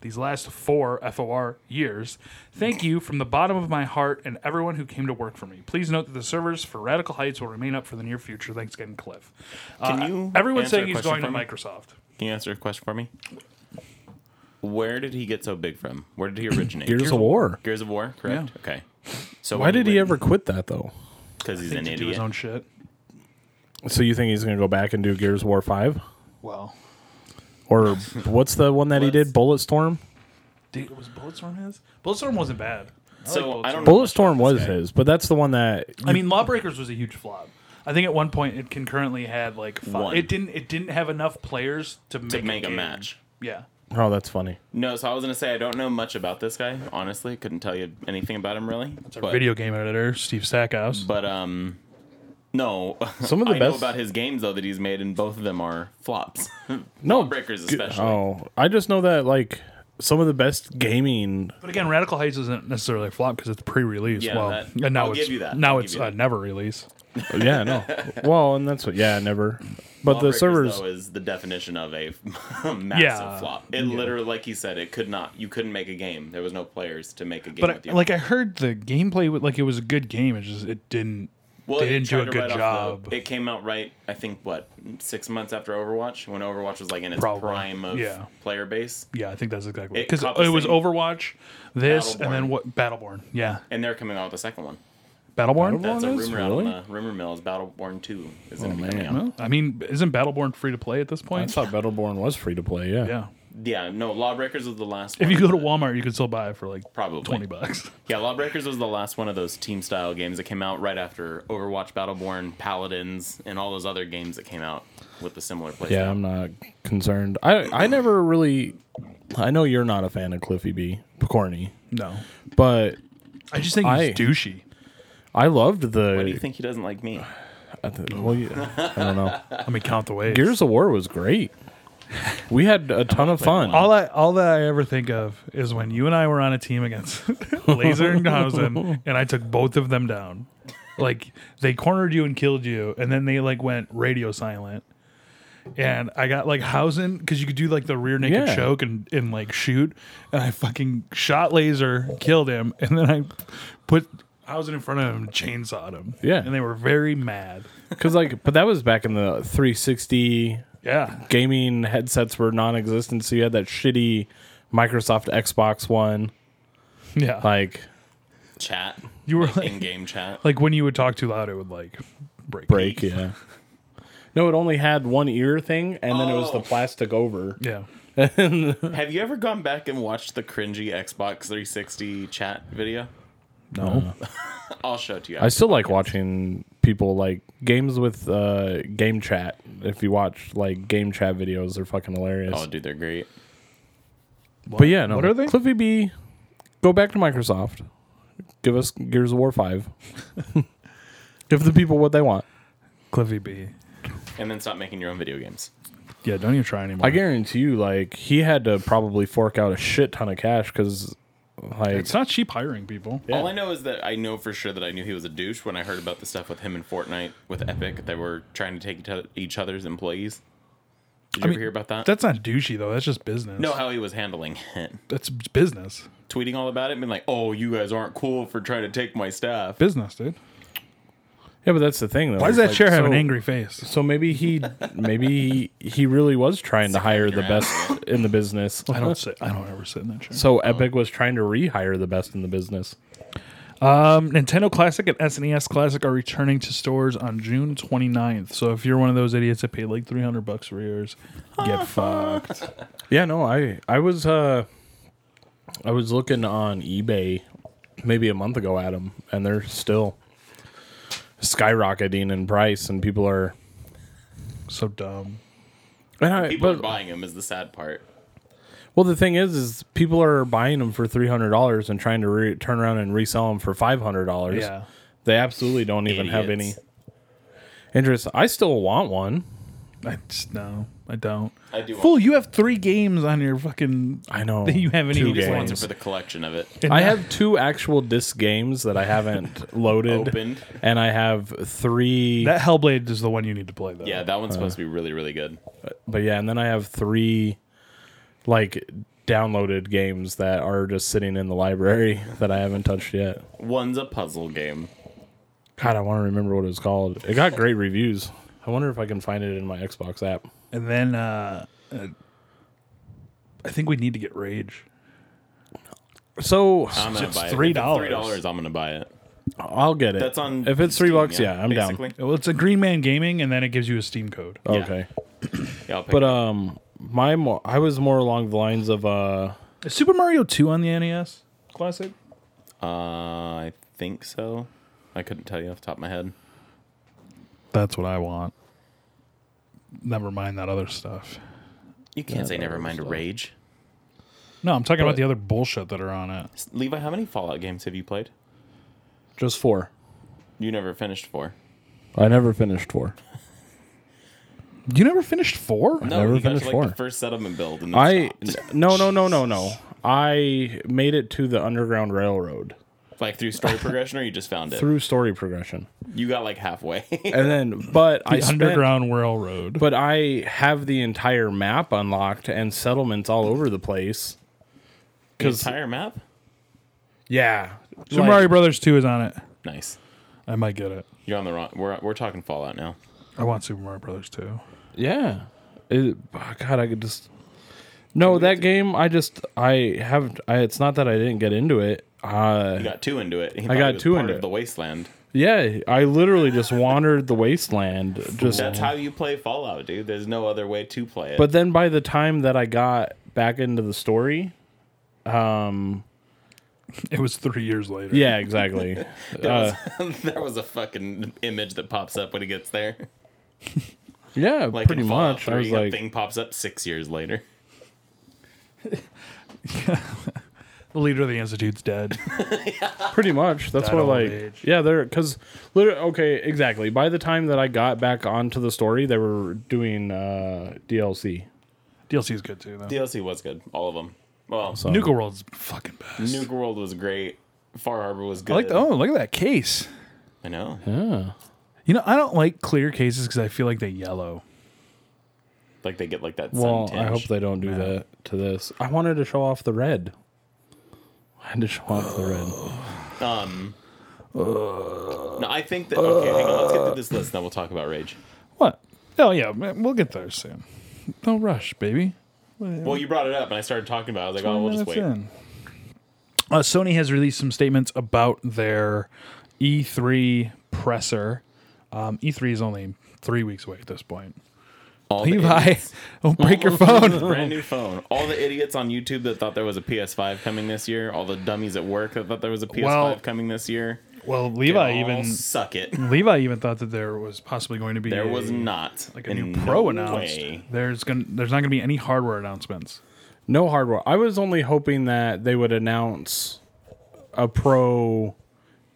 Speaker 1: these last four FOR years. Thank you from the bottom of my heart and everyone who came to work for me. Please note that the servers for Radical Heights will remain up for the near future. Thanks again, Cliff.
Speaker 2: Uh,
Speaker 3: Can you
Speaker 1: Everyone's
Speaker 3: answer
Speaker 1: saying
Speaker 3: a
Speaker 1: he's
Speaker 3: question
Speaker 1: going to
Speaker 3: for me?
Speaker 1: Microsoft.
Speaker 3: Can you answer a question for me? Where did he get so big from?
Speaker 2: [CLEARS THROAT]
Speaker 3: Where did he originate?
Speaker 2: Gears of War.
Speaker 3: Gears of War, correct? Okay. So
Speaker 2: Why did he ever quit that though?
Speaker 3: Because he's
Speaker 1: He
Speaker 3: an
Speaker 1: can do his
Speaker 3: idiot.
Speaker 1: own shit.
Speaker 2: So you think he's gonna go back and do Gears of War Five,
Speaker 1: Well,
Speaker 3: [LAUGHS]
Speaker 2: or what's the one that he did? Bulletstorm.
Speaker 1: dude, was Bulletstorm his? Bulletstorm wasn't bad.
Speaker 3: So
Speaker 1: like
Speaker 3: I don't know. much
Speaker 2: Bulletstorm
Speaker 3: about
Speaker 2: was
Speaker 3: this guy.
Speaker 2: his, but that's the one that
Speaker 1: I mean, Lawbreakers was a huge flop. I think at one point it concurrently had like five.
Speaker 3: One.
Speaker 1: It didn't. It didn't have enough players to make,
Speaker 3: to make a
Speaker 1: game.
Speaker 3: match.
Speaker 1: Yeah,
Speaker 2: Oh, that's funny.
Speaker 3: No, so I was gonna say I don't know much about this guy. Honestly, couldn't tell you anything about him really.
Speaker 1: it's our
Speaker 3: but,
Speaker 1: video game editor Steve Stackhouse.
Speaker 3: But um, no. [LAUGHS]
Speaker 2: Some of the
Speaker 3: I
Speaker 2: best-
Speaker 3: know about his games though that he's made, and both of them are
Speaker 1: [LAUGHS]
Speaker 3: flops.
Speaker 2: No,
Speaker 3: Breakers
Speaker 2: g-
Speaker 3: especially.
Speaker 2: Oh, I just know that like some of the best gaming.
Speaker 1: But again, Radical Heights isn't necessarily a flop because it's pre-release.
Speaker 3: Yeah,
Speaker 1: well,
Speaker 3: that-
Speaker 1: and now
Speaker 3: I'll
Speaker 1: it's
Speaker 3: give you that.
Speaker 1: now
Speaker 3: I'll
Speaker 1: it's
Speaker 3: give you
Speaker 1: uh,
Speaker 3: that.
Speaker 1: never release.
Speaker 2: Yeah, no.
Speaker 3: [LAUGHS]
Speaker 2: well, and that's what. Yeah, never. But the
Speaker 3: Lawbreakers,
Speaker 2: servers.
Speaker 3: though, is the definition of a [LAUGHS] massive
Speaker 1: Yeah.
Speaker 3: flop. It literally, like he said, it could not. You couldn't make a game. There was no players to make a game with
Speaker 1: But
Speaker 3: you.
Speaker 1: I, like I heard the gameplay, wa- like it was a good game. It just it didn't.
Speaker 3: Well,
Speaker 1: they
Speaker 3: it
Speaker 1: didn't do
Speaker 3: tried
Speaker 1: a
Speaker 3: to
Speaker 1: good
Speaker 3: write off
Speaker 1: job.
Speaker 3: the- it came out right, I think, what six months after Overwatch, when Overwatch was like in its
Speaker 1: Probably.
Speaker 3: prime of
Speaker 1: Yeah.
Speaker 3: player base,
Speaker 1: yeah, I think that's exactly
Speaker 3: It
Speaker 1: because it,
Speaker 3: caught the
Speaker 1: was
Speaker 3: same-
Speaker 1: Overwatch, this, and
Speaker 3: Battleborn.
Speaker 1: then what? Battleborn. Yeah,
Speaker 3: and they're coming out with a second one.
Speaker 1: Battleborn.
Speaker 2: Battleborn?
Speaker 3: That's
Speaker 2: Oh,
Speaker 3: a
Speaker 2: that's
Speaker 3: rumor
Speaker 2: Oh, really? Oh,
Speaker 3: out on the rumor mill. Is Battleborn Two is going to be coming out?
Speaker 1: Well, I mean, isn't Battleborn free to play at this
Speaker 2: I
Speaker 1: point?
Speaker 2: thought Battleborn was free to play. Yeah.
Speaker 1: yeah.
Speaker 3: Yeah, no, Lawbreakers was the last.
Speaker 1: If
Speaker 3: one
Speaker 1: you go to
Speaker 3: that-
Speaker 1: Walmart, you can still buy it for like
Speaker 3: Probably.
Speaker 1: twenty bucks.
Speaker 3: yeah, Lawbreakers was the last one of those team style games that came out right after Overwatch, Battleborn, Paladins, and all those other games that came out with the similar play.
Speaker 2: Yeah, I'm not concerned. I I never really. I know you're not a fan of Cliffy B. Corny,
Speaker 1: No,
Speaker 2: but
Speaker 1: I just think
Speaker 2: I-
Speaker 1: he's douchey.
Speaker 2: I loved the.
Speaker 3: Why do you think he doesn't like me?
Speaker 2: I th- well, you- I don't know. [LAUGHS]
Speaker 1: Let me count the ways.
Speaker 2: Gears of War was great. We had a ton of fun.
Speaker 1: All I all that I ever think of is when you and I were on a team against [LAUGHS] Laser
Speaker 2: [LAUGHS]
Speaker 1: and Hausen, and I took both of them down. Like they cornered you and killed you, and then they like went radio silent. And I got like Hausen because you could do like the rear naked
Speaker 2: Yeah.
Speaker 1: choke and, and like shoot, and I fucking shot Laser, killed him, and then I put Hausen in front of him and chainsawed him.
Speaker 2: Yeah.
Speaker 1: and they were very mad.
Speaker 2: Because like, but that was back in the 360 [LAUGHS]
Speaker 1: Yeah,
Speaker 2: gaming headsets were non-existent. So you had that shitty Microsoft Xbox one.
Speaker 1: yeah.
Speaker 2: Like, [LAUGHS]
Speaker 3: Chat.
Speaker 1: You were like-
Speaker 3: in game chat.
Speaker 1: like when you would talk too loud, it would like break.
Speaker 2: break. Yeah. No, it only had one ear thing, and then it was
Speaker 3: Oh.
Speaker 2: the plastic over.
Speaker 1: Yeah.
Speaker 3: Have you ever gone back and watched the cringy Xbox 360 chat video?
Speaker 2: No.
Speaker 3: [LAUGHS] I'll show it to you.
Speaker 2: I still like watching people like games with uh, game chat. If you watch like game chat videos, they're fucking hilarious.
Speaker 3: oh, dude, they're great.
Speaker 2: But yeah, no.
Speaker 1: What are they?
Speaker 2: Cliffy B, go back to Microsoft. Give us Gears of War five. [LAUGHS] Give the people what they want.
Speaker 1: Cliffy B.
Speaker 3: And then stop making your own video games.
Speaker 1: Yeah, don't even try anymore.
Speaker 2: I guarantee you, like he had to probably fork out a shit ton of cash because, like,
Speaker 1: it's not cheap hiring people.
Speaker 2: Yeah.
Speaker 3: All I know is that I know for sure that I knew he was a douche when I heard about the stuff with him in Fortnite with Epic. They were trying to take each other- each other's employees. Did you ever
Speaker 1: mean,
Speaker 3: hear about that?
Speaker 1: That's not douchey though. That's just business.
Speaker 3: no, how he was handling it.
Speaker 1: that's business.
Speaker 3: Tweeting all about it and being like, oh, you guys aren't cool for trying to take my staff.
Speaker 1: Business, dude.
Speaker 2: yeah, but that's the thing. Though,
Speaker 1: Why does
Speaker 2: is,
Speaker 1: that
Speaker 2: like,
Speaker 1: chair have an
Speaker 2: so-
Speaker 1: angry face?
Speaker 2: So maybe he, maybe he, he really was trying to hire the best in the
Speaker 1: [LAUGHS]
Speaker 2: business.
Speaker 1: I don't sit. I don't ever sit in that chair.
Speaker 2: So Epic was trying to rehire the best in the business.
Speaker 1: Um, Nintendo Classic and SNES Classic are returning to stores on June 29th. So if you're one of those idiots that paid like 300 bucks for yours, get [LAUGHS] fucked.
Speaker 2: Yeah, no, I I was uh I was looking on eBay maybe a month ago at them, and they're still skyrocketing in price, and people are.
Speaker 1: So dumb.
Speaker 2: And I,
Speaker 3: People
Speaker 2: but-
Speaker 3: are buying him is the sad part.
Speaker 2: well, the thing is, is people are buying them for three hundred dollars and trying to re- turn around and resell them for five hundred dollars.
Speaker 1: Yeah.
Speaker 2: they absolutely don't even have any
Speaker 3: Idiots.
Speaker 2: interest. I still want one.
Speaker 1: I just no, I don't.
Speaker 3: I do want-
Speaker 1: Fool, you have three games on your fucking. E
Speaker 2: I know
Speaker 1: [LAUGHS] You haven't
Speaker 2: two
Speaker 1: even-
Speaker 3: He just wants it
Speaker 2: games.
Speaker 3: for the collection of it. [LAUGHS]
Speaker 2: I have two actual disc games that I haven't loaded,
Speaker 3: Opened.
Speaker 2: and I have three.
Speaker 1: That Hellblade is the one you need to play though.
Speaker 3: Yeah, that one's supposed to be really, really good.
Speaker 2: but yeah, and then I have three, like downloaded games that are just sitting in the library [LAUGHS] that I haven't touched yet.
Speaker 3: One's a puzzle game.
Speaker 2: God, I want to remember what it was called. It got great reviews. I wonder if I can find it in my Xbox app.
Speaker 1: And then uh, uh, I think we need to get Rage.
Speaker 2: So
Speaker 3: I'm gonna
Speaker 1: It's
Speaker 3: buy it. If
Speaker 1: $3.
Speaker 3: Three dollars. I'm gonna buy it.
Speaker 2: I'll get it.
Speaker 3: That's on.
Speaker 2: If it's three
Speaker 3: Steam,
Speaker 2: bucks, yeah, I'm
Speaker 3: basically.
Speaker 1: Well, it's a Green Man Gaming, and then it gives you a Steam code.
Speaker 2: down. Okay,
Speaker 3: Yeah, I'll pick
Speaker 2: but
Speaker 3: it.
Speaker 2: um, my mo- I was more along the lines of uh,
Speaker 1: Is Super Mario Two on the NES Classic?
Speaker 3: Uh, I think so. I couldn't tell you off the top of my head.
Speaker 1: That's what I want. Never mind that other stuff.
Speaker 3: You can't say never mind rage.
Speaker 1: No, I'm talking about
Speaker 2: But-
Speaker 1: the other bullshit that are on it.
Speaker 3: S- Levi, how many Fallout games have you played?
Speaker 2: just four.
Speaker 3: You never finished four.
Speaker 2: I never finished four.
Speaker 1: You never finished four?
Speaker 3: No,
Speaker 2: never
Speaker 3: you got to,
Speaker 2: finished
Speaker 3: like
Speaker 2: four.
Speaker 3: the first settlement build. And then
Speaker 2: I
Speaker 3: stopped.
Speaker 2: no no no no no. I made it to the Underground Railroad
Speaker 3: like through story
Speaker 2: [LAUGHS]
Speaker 3: progression, or you just found it.
Speaker 2: through story progression,
Speaker 3: You got like halfway. [LAUGHS]
Speaker 2: and then but I
Speaker 1: The
Speaker 2: spent-
Speaker 1: Underground Railroad.
Speaker 2: but I have the entire map unlocked and settlements all over the place.
Speaker 3: The entire map.
Speaker 2: Yeah,
Speaker 1: Super
Speaker 2: like-
Speaker 1: Mario Brothers Two is on it.
Speaker 3: Nice.
Speaker 1: I might get it.
Speaker 3: You're on the wrong. We're we're talking Fallout now.
Speaker 1: I want Super Mario Brothers Two.
Speaker 2: Yeah. It, oh, God, I could just. No, that game. I just. I haven't. I, it's not that I didn't get into it. Uh,
Speaker 3: You got two into it. He thought
Speaker 2: got
Speaker 3: he was
Speaker 2: two
Speaker 3: part
Speaker 2: into
Speaker 3: of
Speaker 2: it.
Speaker 3: the wasteland.
Speaker 2: yeah, I literally just wandered the wasteland. Just.
Speaker 3: That's how you play Fallout, dude. There's no other way to play it.
Speaker 2: But then by the time that I got back into the story,
Speaker 1: It was three years later.
Speaker 2: yeah, exactly.
Speaker 3: there
Speaker 2: uh,
Speaker 3: [LAUGHS] was, there was a fucking image that pops up when he gets there. [LAUGHS]
Speaker 2: yeah,
Speaker 3: Like
Speaker 2: pretty
Speaker 3: in Fallout
Speaker 2: much. I was
Speaker 3: 3, a
Speaker 2: like,
Speaker 3: thing pops up six years later. [LAUGHS]
Speaker 1: The leader of the institute's dead. [LAUGHS]
Speaker 2: pretty much. That's
Speaker 1: Died
Speaker 2: what
Speaker 1: of old
Speaker 2: like,
Speaker 1: age.
Speaker 2: yeah, they're because literally, okay, exactly. By the time that I got back onto the story, they were doing uh, DLC.
Speaker 1: DLC is good too, though.
Speaker 3: DLC was good, all of them. Well,
Speaker 2: So
Speaker 1: Nuka World's fucking best.
Speaker 3: Nuke World was great. Far Harbor was good.
Speaker 1: I like the, oh, look at that case.
Speaker 3: I know.
Speaker 2: yeah.
Speaker 1: You know, I don't like clear cases because I feel like they yellow.
Speaker 3: Like they get like that.
Speaker 2: Well,
Speaker 3: sun
Speaker 2: I
Speaker 3: tinge.
Speaker 2: hope they don't do that to this. I wanted to show off the red. I had to show off the red.
Speaker 3: Um, no, I think that. Okay, hang on. Let's get through this list, and then we'll talk about Rage.
Speaker 1: What? Oh yeah, man, we'll get there soon. Don't rush, baby.
Speaker 3: Well, you brought it up, and I started talking about. it. I was like, oh, we'll just
Speaker 1: Minutes
Speaker 3: wait.
Speaker 1: in. Uh, Sony has released some statements about their E E3 presser. Um, E3 is only three weeks away at this point.
Speaker 3: All the
Speaker 1: [LAUGHS]
Speaker 3: [LAUGHS]
Speaker 1: Levi,
Speaker 3: idiots.
Speaker 1: [LAUGHS] don't break your
Speaker 3: It's a [LAUGHS]
Speaker 1: phone.
Speaker 3: brand new phone. All the idiots on YouTube that thought there was a PS5 coming this year. All the dummies at work that thought there was a PS5
Speaker 1: Well,
Speaker 3: coming this year.
Speaker 1: Well,
Speaker 3: They
Speaker 1: Levi
Speaker 3: all
Speaker 1: even
Speaker 3: suck it.
Speaker 1: Levi even thought that there was possibly going to be
Speaker 3: There
Speaker 1: a-
Speaker 3: was not
Speaker 1: like a new
Speaker 3: In
Speaker 1: pro
Speaker 3: no
Speaker 1: announced.
Speaker 3: way.
Speaker 1: There's gonna there's not gonna be any hardware announcements.
Speaker 2: No hardware. I was only hoping that they would announce a Pro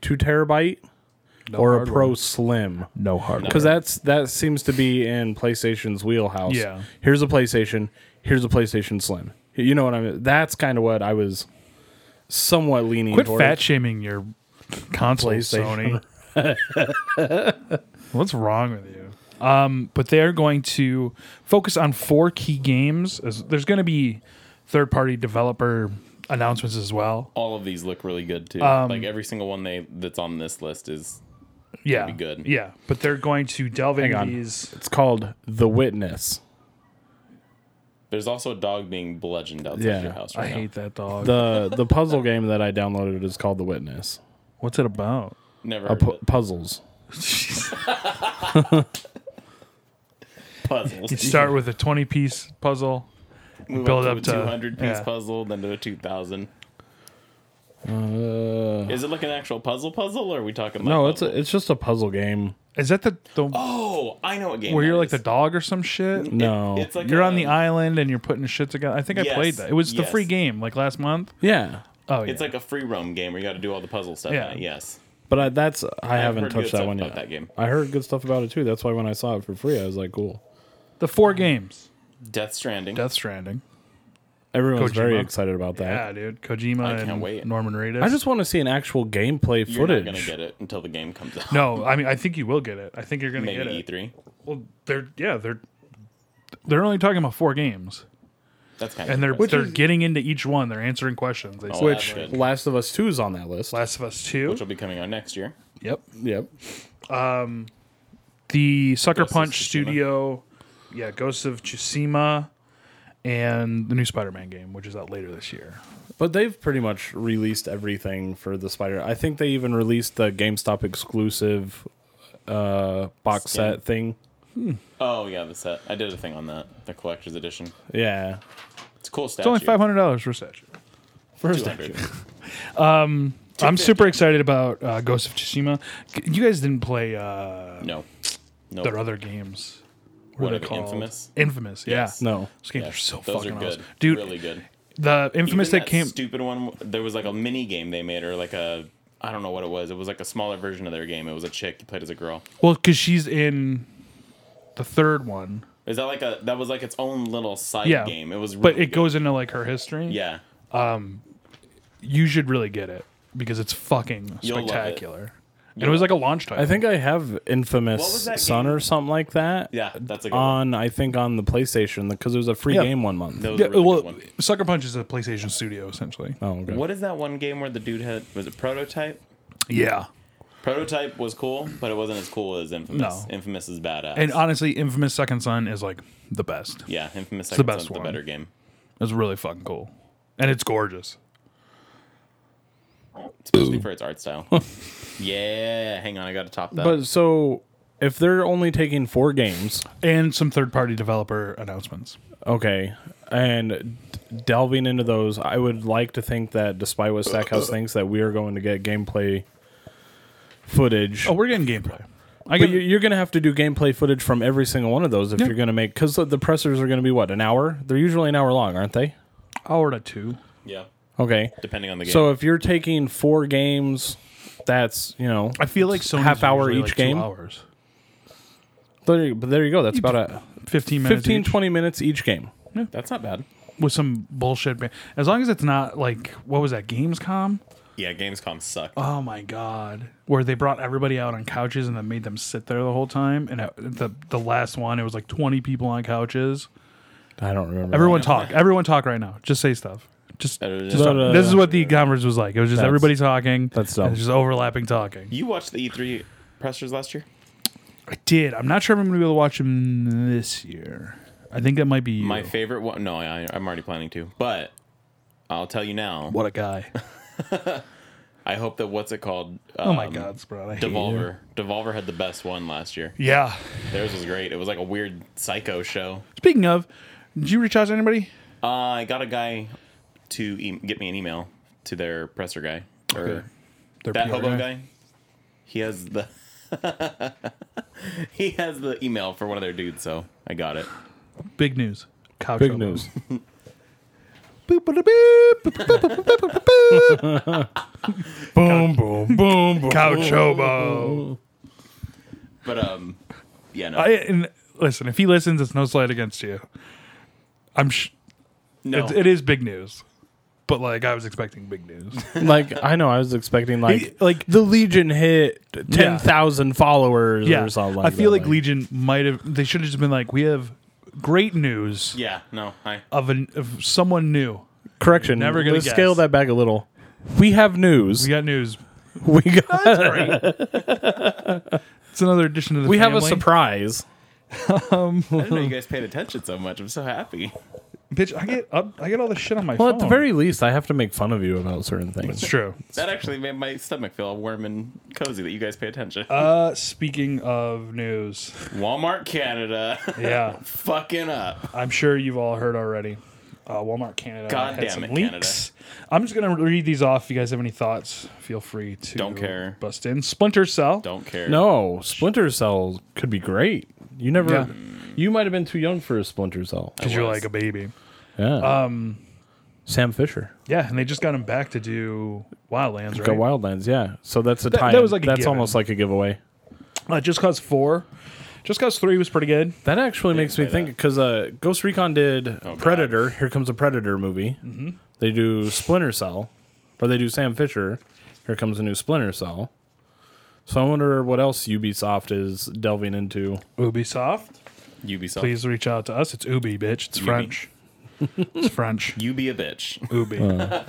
Speaker 2: two terabyte
Speaker 1: No
Speaker 2: or a
Speaker 1: hardware.
Speaker 2: Pro Slim.
Speaker 1: no hardware.
Speaker 2: Because that's that seems to be in PlayStation's wheelhouse.
Speaker 1: Yeah.
Speaker 2: Here's a PlayStation. Here's a PlayStation Slim. You know what I mean? That's kind of what I was somewhat leaning
Speaker 1: Quit
Speaker 2: towards.
Speaker 1: fat shaming your console, Sony.
Speaker 2: PlayStation.
Speaker 3: [LAUGHS]
Speaker 1: What's wrong with you? Um, but they're going to focus on four key games. As- There's going to be third party developer announcements as well.
Speaker 3: All of these look really good too.
Speaker 1: Um,
Speaker 3: like every single one they that's on this list is
Speaker 1: Yeah,
Speaker 3: be good.
Speaker 1: Yeah, but they're going to delve into
Speaker 2: on.
Speaker 1: these.
Speaker 2: It's called The Witness.
Speaker 3: there's also a dog being bludgeoned outside
Speaker 2: Yeah,
Speaker 3: your house
Speaker 1: I
Speaker 3: right now.
Speaker 1: hate that dog.
Speaker 2: the The puzzle game that I downloaded is called The Witness.
Speaker 1: What's it about?
Speaker 3: Never
Speaker 2: Uh,
Speaker 3: heard
Speaker 2: pu-
Speaker 3: of it.
Speaker 2: puzzles.
Speaker 3: puzzles.
Speaker 1: [LAUGHS] You start with a twenty piece puzzle.
Speaker 3: Move
Speaker 1: build
Speaker 3: up
Speaker 1: up
Speaker 3: to
Speaker 1: to-
Speaker 3: a 200 piece
Speaker 1: yeah.
Speaker 3: puzzle, then to a 2000.
Speaker 2: Uh,
Speaker 3: Is it like an actual puzzle puzzle, or are we talking? Like
Speaker 2: no, it's
Speaker 3: puzzle?
Speaker 2: a, it's just a puzzle game.
Speaker 1: Is that the, the
Speaker 3: oh, I know what game.
Speaker 1: where
Speaker 3: that
Speaker 1: you're like
Speaker 3: is.
Speaker 1: the dog or some shit?
Speaker 2: No.
Speaker 3: It's like
Speaker 1: You're
Speaker 3: a-
Speaker 1: on the island and you're putting shit together. I think I
Speaker 3: Yes,
Speaker 1: played that. It was the
Speaker 3: yes.
Speaker 1: free game like last month.
Speaker 2: Yeah,
Speaker 1: Oh,
Speaker 3: It's
Speaker 1: yeah.
Speaker 3: like a free roam game where you got to do all the puzzle stuff.
Speaker 1: Yeah.
Speaker 3: Yeah. Yes.
Speaker 2: but I, that's I haven't
Speaker 3: heard good
Speaker 2: touched that
Speaker 3: stuff
Speaker 2: one
Speaker 3: about
Speaker 2: yet.
Speaker 3: that game.
Speaker 2: I heard good stuff about it too. That's why when I saw it for free, I was like, cool.
Speaker 1: the four games.
Speaker 3: Death Stranding.
Speaker 1: Death Stranding.
Speaker 2: Everyone's very
Speaker 1: Kojima.
Speaker 2: excited about that.
Speaker 1: Yeah, dude. Kojima
Speaker 3: can't
Speaker 1: and
Speaker 3: wait.
Speaker 1: Norman Reedus.
Speaker 2: I just want to see an actual gameplay
Speaker 3: you're
Speaker 2: footage.
Speaker 3: not gonna get it until the game comes out.
Speaker 1: no. I mean, I think you will get it. I think you're gonna get
Speaker 3: [LAUGHS] Maybe E
Speaker 1: it.
Speaker 3: E3.
Speaker 1: Well, they're yeah, they're they're only talking about four games,
Speaker 3: That's kind of.
Speaker 1: and they're
Speaker 3: which,
Speaker 1: they're getting into each one. They're answering questions. They said.
Speaker 3: Oh,
Speaker 2: Which
Speaker 3: Elaborate.
Speaker 2: Last of Us Two is on that list.
Speaker 1: Last of Us Two.
Speaker 3: will be coming out next year.
Speaker 1: Yep.
Speaker 2: Yep.
Speaker 1: The Sucker
Speaker 3: Ghost of
Speaker 1: Punch
Speaker 3: Tsushima.
Speaker 1: Studio. Yeah, Ghosts of Tsushima, and the new Spider-Man game, which is out later this year.
Speaker 2: But they've pretty much released everything for the Spider. I think they even released the GameStop exclusive uh, box
Speaker 3: Skin.
Speaker 2: set thing.
Speaker 3: Oh yeah, the set. I did a thing on that. The collector's edition.
Speaker 2: Yeah.
Speaker 3: It's a cool statue.
Speaker 1: It's only five hundred dollars for statue.
Speaker 2: First,
Speaker 3: 200.
Speaker 1: I'm super excited about uh, Ghost of Tsushima. G- You guys didn't play uh, [LAUGHS]
Speaker 3: No. No.
Speaker 1: their other games. What,
Speaker 3: What
Speaker 1: are
Speaker 3: are
Speaker 1: they
Speaker 3: they,
Speaker 1: called?
Speaker 3: Infamous?
Speaker 1: Infamous, yeah.
Speaker 3: Yes.
Speaker 2: no.
Speaker 1: Those games
Speaker 3: Yeah,
Speaker 1: are so
Speaker 3: Those
Speaker 1: fucking
Speaker 3: are good,
Speaker 1: awesome, dude.
Speaker 3: Really good.
Speaker 1: The Infamous
Speaker 3: Even
Speaker 1: that came.
Speaker 3: stupid one. There was like a mini game they made, or like a I don't know what it was. It was like a smaller version of their game. It was a chick you played as a girl.
Speaker 1: well, because she's in the third one,
Speaker 3: Is that like a that was like its own little side
Speaker 1: Yeah.
Speaker 3: game? It was,
Speaker 1: but
Speaker 3: really
Speaker 1: it goes into like her history.
Speaker 3: good. yeah.
Speaker 1: you should really get it because it's fucking
Speaker 3: You'll love it.
Speaker 1: spectacular. And it was like a launch title.
Speaker 2: I think I have
Speaker 3: What was
Speaker 2: Infamous
Speaker 3: that
Speaker 2: Son
Speaker 3: game?
Speaker 2: or something like that.
Speaker 3: Yeah, that's a good
Speaker 1: Uh,
Speaker 2: On
Speaker 3: one.
Speaker 2: I think on the PlayStation because it was a free
Speaker 1: Yeah.
Speaker 2: game one month.
Speaker 3: That was
Speaker 1: Yeah,
Speaker 3: a really
Speaker 1: well,
Speaker 3: good one.
Speaker 1: Sucker Punch is a PlayStation studio essentially.
Speaker 2: Oh, okay.
Speaker 3: What is that one game where the dude had was it Prototype?
Speaker 1: Yeah,
Speaker 3: Prototype was cool, but it wasn't as cool as Infamous.
Speaker 1: No.
Speaker 3: Infamous is badass.
Speaker 1: and uh, honestly, Infamous Second Son is like the best.
Speaker 3: yeah, Infamous
Speaker 1: the
Speaker 3: Second
Speaker 1: best
Speaker 3: Son's
Speaker 1: one.
Speaker 3: the better game.
Speaker 1: It's really fucking cool, and it's gorgeous.
Speaker 3: Especially for its
Speaker 1: [LAUGHS]
Speaker 3: art style. yeah, hang on, I gotta top that.
Speaker 2: But so if they're only taking four games,
Speaker 1: and some third-party developer announcements.
Speaker 2: okay, and d- delving into those, I would like to think that despite what Stackhouse thinks, that we are going to get gameplay footage.
Speaker 1: Oh, we're getting gameplay. I
Speaker 2: But
Speaker 1: get
Speaker 2: you- you're going to have to do gameplay footage from every single one of those if
Speaker 1: Yeah.
Speaker 2: you're going to make because the pressers are going to be what an hour. They're usually an hour long, aren't they?
Speaker 1: hour to two.
Speaker 3: yeah.
Speaker 2: Okay.
Speaker 3: Depending on the game.
Speaker 2: So if you're taking four games, that's you know
Speaker 1: I feel like Sony's
Speaker 2: half hour
Speaker 1: usually,
Speaker 2: each
Speaker 1: like, two
Speaker 2: game.
Speaker 1: hours,
Speaker 2: There you, but there you go. That's about a
Speaker 1: fifteen minutes,
Speaker 2: 15,
Speaker 1: each
Speaker 2: 20 minutes each game.
Speaker 3: that's not bad.
Speaker 1: with some bullshit. ba- As long as it's not like what was that Gamescom?
Speaker 3: Yeah, Gamescom sucked.
Speaker 1: Oh my god, where they brought everybody out on couches and then made them sit there the whole time. And at the the last one, it was like twenty people on couches.
Speaker 2: I don't remember.
Speaker 1: Everyone talk. Everyone talk right now. Just say stuff. Just.
Speaker 3: Better
Speaker 1: just
Speaker 3: than-
Speaker 1: talk.
Speaker 2: No, no,
Speaker 1: this
Speaker 2: no.
Speaker 1: is what the conference was like. It was just
Speaker 2: That's-
Speaker 1: everybody talking.
Speaker 2: that's
Speaker 1: and
Speaker 2: dumb.
Speaker 1: Just overlapping talking.
Speaker 3: You watched the E3 pressers last year?
Speaker 1: I did. I'm not sure if I'm gonna be able to watch them this year. I think that might be you.
Speaker 3: My favorite one. No, I, I'm already planning to, but I'll tell you now.
Speaker 1: what a guy.
Speaker 3: I hope that what's it called?
Speaker 1: [LAUGHS] Oh my
Speaker 3: Um,
Speaker 1: god, Sprout. I hate you.
Speaker 3: Devolver. Devolver had the best one last year.
Speaker 1: Yeah.
Speaker 3: Theirs was great. It was like a weird psycho show.
Speaker 1: Speaking of, did you reach out to anybody?
Speaker 3: Uh, I got a guy to e- get me an email to their presser guy or
Speaker 1: Their
Speaker 3: that
Speaker 1: PR
Speaker 3: hobo guy. He has the [LAUGHS] he has the email for one of their dudes, so I got it.
Speaker 1: Big news. Couch
Speaker 2: Big
Speaker 1: hobo.
Speaker 2: news.
Speaker 1: Boop, boop, boop, boop, boop, boop, boop, boop, boop, boop.
Speaker 2: boom, boom, boom, boom.
Speaker 1: Couch hobo.
Speaker 3: But um, yeah, no,
Speaker 1: I, and listen, if he listens, it's no slight against you. I'm. Sh-
Speaker 3: no.
Speaker 1: it's, it is big news, but like I was expecting big news.
Speaker 2: like I know I was expecting like
Speaker 1: [LAUGHS] like-
Speaker 2: like the Legion hit ten thousand followers
Speaker 1: yeah,
Speaker 2: or something.
Speaker 1: I
Speaker 2: Like
Speaker 1: feel
Speaker 2: that,
Speaker 1: like Legion might have. They should have just been like, we have great news
Speaker 3: yeah, no. I
Speaker 1: of an of someone new.
Speaker 2: correction.
Speaker 1: never gonna
Speaker 2: let's scale
Speaker 1: guess.
Speaker 2: that back a little. We have news.
Speaker 1: We got news.
Speaker 2: [LAUGHS] We got.
Speaker 1: It's another addition to the.
Speaker 2: We have a
Speaker 1: family.
Speaker 2: surprise.
Speaker 3: I didn't know you guys paid attention so much. I'm so happy.
Speaker 1: Bitch, I get up, I get all this shit on my
Speaker 2: Well, at
Speaker 1: phone.
Speaker 2: the very least, I have to make fun of you about certain things.
Speaker 1: it's true.
Speaker 3: That actually made my stomach feel warm and cozy that you guys pay attention.
Speaker 1: Uh, speaking of news,
Speaker 3: Walmart Canada
Speaker 1: yeah,
Speaker 3: [LAUGHS] fucking up.
Speaker 1: I'm sure you've all heard already. Uh, Walmart Canada
Speaker 3: God
Speaker 1: had
Speaker 3: damn
Speaker 1: some
Speaker 3: it,
Speaker 1: leaks. I'm just gonna read these off. If you guys have any thoughts, feel free to
Speaker 3: Don't care.
Speaker 1: Bust in Splinter Cell.
Speaker 3: Don't care.
Speaker 2: No, Splinter Cell could be great. You never.
Speaker 1: Yeah.
Speaker 2: You might have been too young for a Splinter Cell.
Speaker 1: because you're
Speaker 3: was.
Speaker 1: like a baby.
Speaker 2: Yeah. Um, Sam Fisher.
Speaker 1: Yeah, and they just got him back to do Wildlands, right?
Speaker 2: Go Wildlands. Yeah. So that's a tie.
Speaker 1: that was like a
Speaker 2: that's
Speaker 1: given.
Speaker 2: almost like a giveaway.
Speaker 1: Uh, just Cause Four, Just Cause Three was pretty good.
Speaker 2: That actually makes me
Speaker 3: play
Speaker 2: think because uh, Ghost Recon
Speaker 1: Oh,
Speaker 2: did
Speaker 3: God.
Speaker 2: Predator. Here comes a Predator movie.
Speaker 1: Mm-hmm.
Speaker 2: They do Splinter Cell, or they do Sam Fisher. Here comes a new Splinter Cell. So I wonder what else Ubisoft is delving
Speaker 1: [LAUGHS]
Speaker 2: into.
Speaker 1: Ubisoft,
Speaker 3: Ubisoft.
Speaker 1: please reach out to us. It's Ubi, bitch. It's
Speaker 3: Ubi.
Speaker 1: French. it's French.
Speaker 3: You be a bitch.
Speaker 1: Ubi.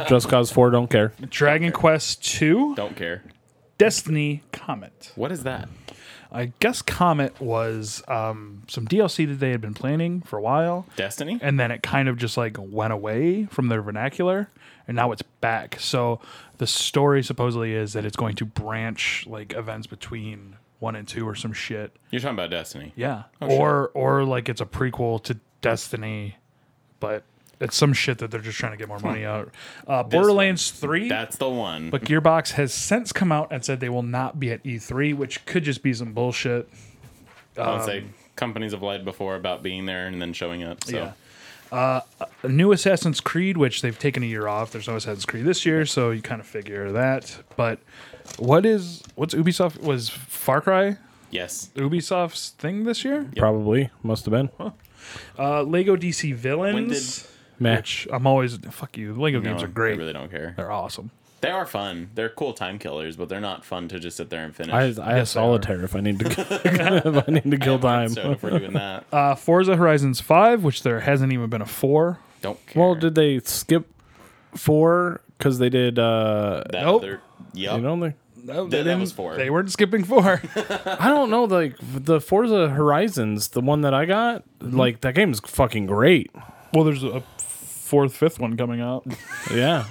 Speaker 2: Just Cause Four don't care.
Speaker 1: Dragon Quest Two,
Speaker 3: Don't care.
Speaker 1: Destiny Comet.
Speaker 3: What is that?
Speaker 1: I guess Comet was um, some DLC that they had been planning for a while,
Speaker 3: Destiny?
Speaker 1: and then it kind of just like went away from their vernacular, and now it's back. So the story supposedly is that it's going to branch like events between one and two or some shit.
Speaker 3: You're talking about Destiny.
Speaker 1: Yeah, or or like it's a prequel to Destiny, but it's some shit that they're just trying to get more money out. Uh, Borderlands Three.
Speaker 3: That's the one.
Speaker 1: But Gearbox has since come out and said they will not be at E3, which could just be some bullshit.
Speaker 3: I
Speaker 1: um,
Speaker 3: would say companies have lied before about being there and then showing up. So
Speaker 1: Yeah. The new Assassin's Creed, which they've taken a year off. There's no Assassin's Creed this year, so you kind of figure that. But what is what's Ubisoft was Far Cry
Speaker 3: yes.
Speaker 1: Ubisoft's thing this year?
Speaker 2: Probably must have been.
Speaker 1: Uh, Lego DC Villains.
Speaker 3: When did-
Speaker 2: Match.
Speaker 1: I'm always fuck you. Lego games
Speaker 3: No,
Speaker 1: are great.
Speaker 3: I really don't care.
Speaker 1: They're awesome.
Speaker 3: They are fun. They're cool time killers, but they're not fun to just sit there and finish.
Speaker 2: I, I have
Speaker 1: Yes, they are.
Speaker 2: solitaire if I need to
Speaker 1: [LAUGHS]
Speaker 2: if I need to [LAUGHS] kill time.
Speaker 3: So if we're doing that,
Speaker 1: Uh, Forza Horizons Five, which there hasn't even been a four.
Speaker 3: don't care.
Speaker 2: Well, did they skip four because they did? Uh,
Speaker 3: that
Speaker 1: Nope.
Speaker 3: other, yep.
Speaker 2: you know, they-
Speaker 1: No,
Speaker 3: That- that
Speaker 1: didn't-
Speaker 3: was four.
Speaker 1: They weren't skipping four. [LAUGHS]
Speaker 2: I don't know, like the Forza Horizons, the one that I got,
Speaker 3: Mm-hmm.
Speaker 2: like that game is fucking great.
Speaker 1: well, there's a fourth, fifth one coming out.
Speaker 3: [LAUGHS]
Speaker 2: Yeah.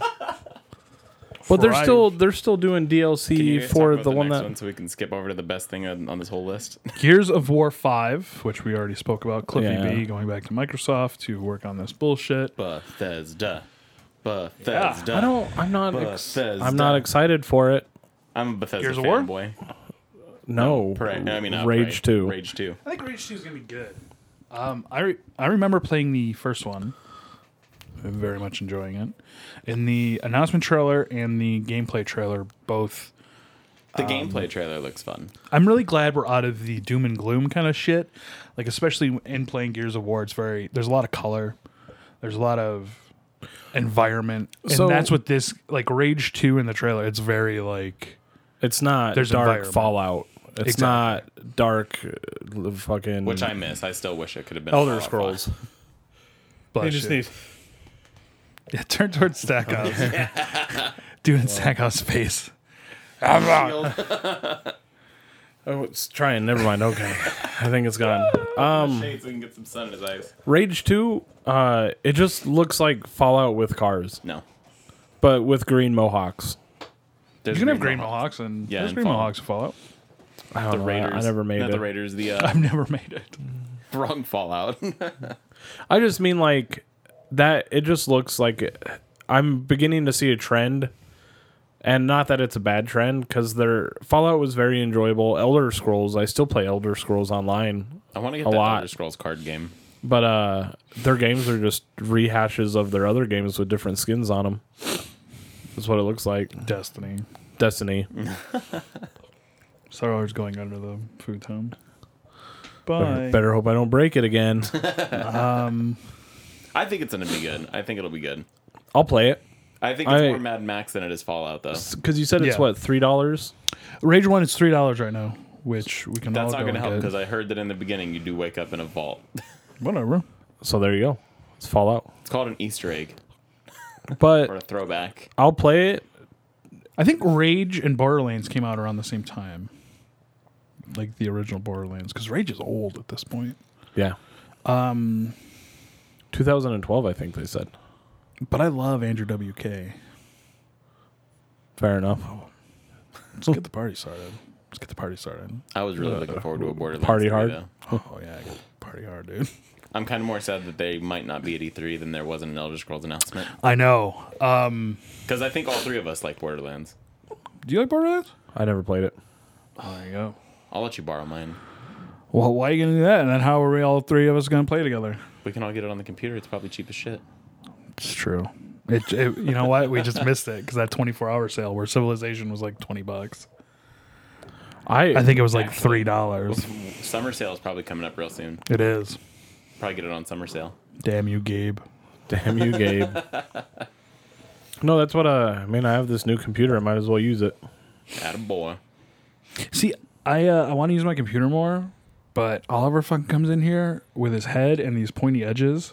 Speaker 2: but they're
Speaker 1: Horizon.
Speaker 2: still they're still doing
Speaker 3: Can you
Speaker 2: DLC
Speaker 3: guys
Speaker 2: for
Speaker 3: talk about
Speaker 2: the, one
Speaker 3: next
Speaker 2: that
Speaker 3: one so we can skip over to the best thing on, on this whole
Speaker 2: [LAUGHS]
Speaker 3: list.
Speaker 1: Gears of War 5, which we already spoke about, Cliffy
Speaker 2: Yeah.
Speaker 1: B going back to Microsoft to work on this bullshit.
Speaker 3: Bethesda.
Speaker 1: Yeah,
Speaker 3: Bethesda.
Speaker 2: I don't I'm not ex-
Speaker 3: Bethesda.
Speaker 2: I'm not excited for it.
Speaker 3: I'm a Bethesda
Speaker 1: Gears of War?
Speaker 3: fanboy.
Speaker 2: No.
Speaker 3: Right. I mean, uh,
Speaker 2: Rage
Speaker 3: right.
Speaker 2: 2.
Speaker 3: Rage 2.
Speaker 1: I think Rage 2 is going to be good. Um, I, re- I remember playing the first one, I'm very much enjoying it. In the announcement trailer and the gameplay trailer, both.
Speaker 3: The gameplay trailer looks fun.
Speaker 1: I'm really glad we're out of the doom and gloom kind of shit. Like, especially in playing Gears of War, it's very. There's a lot of color, there's a lot of environment. And
Speaker 2: So-
Speaker 1: that's what this. Like, Rage 2 in the trailer, it's very like.
Speaker 2: It's not
Speaker 1: There's
Speaker 2: dark
Speaker 1: environment.
Speaker 2: Fallout. It's
Speaker 1: Exactly.
Speaker 2: not dark uh, fucking
Speaker 3: Which I miss. I still wish it could have been
Speaker 2: Elder
Speaker 3: Fallout
Speaker 2: Scrolls.
Speaker 3: five.
Speaker 1: Bless you. [LAUGHS] Yeah, turn towards
Speaker 3: [LAUGHS]
Speaker 1: Stackhouse. [LAUGHS] Dude in Stackhouse face.
Speaker 2: Oh, it's trying. Never mind.
Speaker 3: [LAUGHS]
Speaker 2: Okay. I think it's gone. Hmm.
Speaker 3: Shades so he can get some sun in his eyes.
Speaker 2: Rage 2, uh it just looks like Fallout with cars,
Speaker 3: No.
Speaker 2: but with green mohawks.
Speaker 3: There's
Speaker 1: You can have Green
Speaker 3: Mile.
Speaker 1: Mohawks and
Speaker 3: Yeah,
Speaker 1: there's
Speaker 3: and
Speaker 1: Green
Speaker 3: Fallout.
Speaker 1: Mohawks and Fallout.
Speaker 2: I don't
Speaker 3: The
Speaker 2: know, I-
Speaker 3: Raiders.
Speaker 2: I, never made
Speaker 3: Not
Speaker 2: it.
Speaker 3: the Raiders.
Speaker 2: [LAUGHS]
Speaker 3: The uh, [LAUGHS]
Speaker 1: I've never made it.
Speaker 3: wrong Fallout. [LAUGHS]
Speaker 2: I just mean like that. It just looks like I'm beginning to see a trend, and not that it's a bad trend because their Fallout was very enjoyable. Elder Scrolls, I still play Elder Scrolls online,
Speaker 3: I want to get
Speaker 2: A
Speaker 3: that
Speaker 2: lot.
Speaker 3: Elder Scrolls card game.
Speaker 2: but uh, their games are just rehashes of their other games with different skins on them. That's what it looks like.
Speaker 1: Destiny.
Speaker 2: Destiny.
Speaker 1: Star Wars going under the futon. Bye.
Speaker 2: Better hope I don't break it again.
Speaker 3: I think it's gonna be good. I think it'll be good.
Speaker 2: I'll play it
Speaker 3: I think it's
Speaker 2: I-
Speaker 3: more Mad Max than it is Fallout, though.
Speaker 2: because you said it's
Speaker 1: Yeah.
Speaker 2: what three dollars.
Speaker 1: Rage One is three dollars right now, which we can
Speaker 3: That's
Speaker 1: all
Speaker 3: not
Speaker 1: go
Speaker 3: gonna help
Speaker 1: and
Speaker 3: because
Speaker 1: get.
Speaker 3: I heard that in the beginning you do wake up in a vault. [LAUGHS]
Speaker 1: whatever.
Speaker 2: So there you go. It's Fallout,
Speaker 3: It's called an Easter egg or
Speaker 2: but
Speaker 3: a throwback.
Speaker 2: I'll play it.
Speaker 1: I think Rage and Borderlands came out around the same time, like the original Borderlands, because Rage is old at this point.
Speaker 2: Yeah. Um,
Speaker 1: Um,
Speaker 2: 2012, I think they said.
Speaker 1: But I love Andrew WK.
Speaker 2: Fair enough.
Speaker 1: Let's get the party started. Let's get the party started.
Speaker 3: I was really looking forward to a Borderlands
Speaker 2: Uh, Party
Speaker 3: three,
Speaker 2: hard.
Speaker 3: though.
Speaker 1: Oh yeah, I got party hard, dude.
Speaker 3: I'm kind of more sad that they might not be at E3 than there wasn't an Elder Scrolls announcement
Speaker 1: [LAUGHS] I know. Uh,
Speaker 3: because I think all three of us like Borderlands.
Speaker 1: do you like Borderlands?
Speaker 2: I never played it.
Speaker 1: Oh, there you go.
Speaker 3: I'll let you borrow mine.
Speaker 1: Well, why are you gonna do that? And then how are we all three of us gonna play together?
Speaker 3: We can all get it on the computer. It's probably cheap as shit.
Speaker 1: It's true. It, it you know what? We just [LAUGHS] missed it because that 24 hour sale where Civilization was like 20 bucks.
Speaker 2: I,
Speaker 1: I think it was like
Speaker 3: Actually,
Speaker 1: three dollars.
Speaker 3: Summer sale is probably coming up real soon.
Speaker 1: It is.
Speaker 3: Probably get it on summer sale.
Speaker 1: Damn you, Gabe.
Speaker 2: Damn you,
Speaker 1: [LAUGHS]
Speaker 2: Gabe. no, that's what. Uh, I mean, I have this new computer. I might as well use it.
Speaker 3: At a boy.
Speaker 1: See, I uh, I want to use my computer more, but Oliver fucking comes in here with his head and these pointy edges.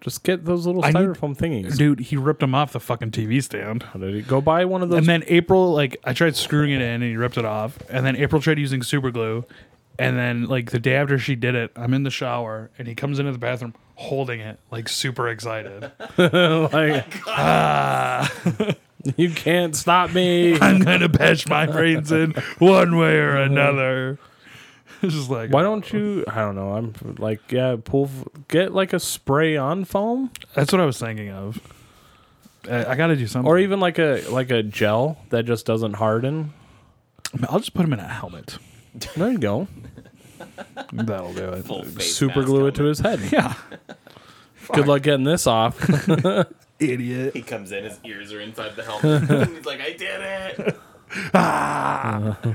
Speaker 2: Just get those little
Speaker 1: I need-
Speaker 2: styrofoam thingies.
Speaker 1: Dude, he ripped them off the fucking TV stand.
Speaker 2: How did he- Go buy one of those.
Speaker 1: And [LAUGHS] then April, like, I tried screwing it in and he ripped it off. And then April tried using super glue. And then, like, the day after she did it, I'm in the shower and he comes into the bathroom holding it, like, super excited. [LAUGHS]
Speaker 2: like, [LAUGHS] you can't stop
Speaker 1: [LAUGHS]
Speaker 2: me.
Speaker 1: I'm going to bash my brains in one way or another. [LAUGHS] It's just like,
Speaker 2: Why don't you? I don't know. I'm like, yeah, pull. Get like a spray on foam,
Speaker 1: That's what I was thinking of. I, I got to do something.
Speaker 2: or even like a like a gel that just doesn't harden.
Speaker 1: I'll just put him in a helmet.
Speaker 2: There you go.
Speaker 1: That'll do it.
Speaker 3: Full face
Speaker 2: Uh, Super
Speaker 3: mask
Speaker 2: glue it to
Speaker 3: helmet.
Speaker 2: his head.
Speaker 1: Yeah.
Speaker 2: Good luck getting this off. [LAUGHS]
Speaker 1: Idiot.
Speaker 3: He comes in, his ears are inside
Speaker 2: [LAUGHS]
Speaker 3: the helmet. He's like, I did it.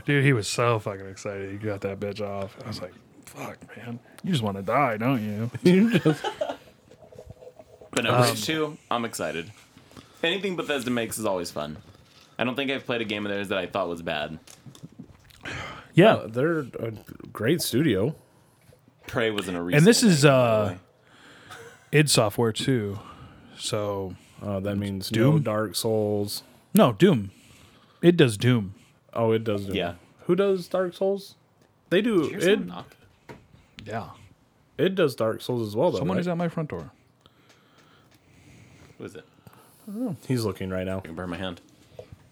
Speaker 1: Dude, he was so fucking excited. He got that bitch off. I was like, fuck, man. You just want to die, don't you?
Speaker 2: Um,
Speaker 3: But no, Rage 2, I'm excited. Anything Bethesda makes is always fun. I don't think I've played a game of theirs that I thought was bad.
Speaker 1: Yeah.
Speaker 2: Uh, they're a great studio.
Speaker 3: Prey wasn't a recent.
Speaker 1: and this is
Speaker 3: one.
Speaker 1: uh id software too so
Speaker 2: Uh, that means no
Speaker 1: Doom?
Speaker 2: Dark Souls.
Speaker 1: no doom it does doom
Speaker 2: Oh, it does. Do.
Speaker 3: Yeah.
Speaker 2: Who does Dark Souls? They do.
Speaker 3: Here's
Speaker 2: It
Speaker 3: some knock.
Speaker 1: yeah
Speaker 2: it does Dark Souls as well though.
Speaker 1: someone
Speaker 2: right?
Speaker 1: is at my front door
Speaker 3: What is it?
Speaker 2: He's looking right now.
Speaker 3: I can burn my hand.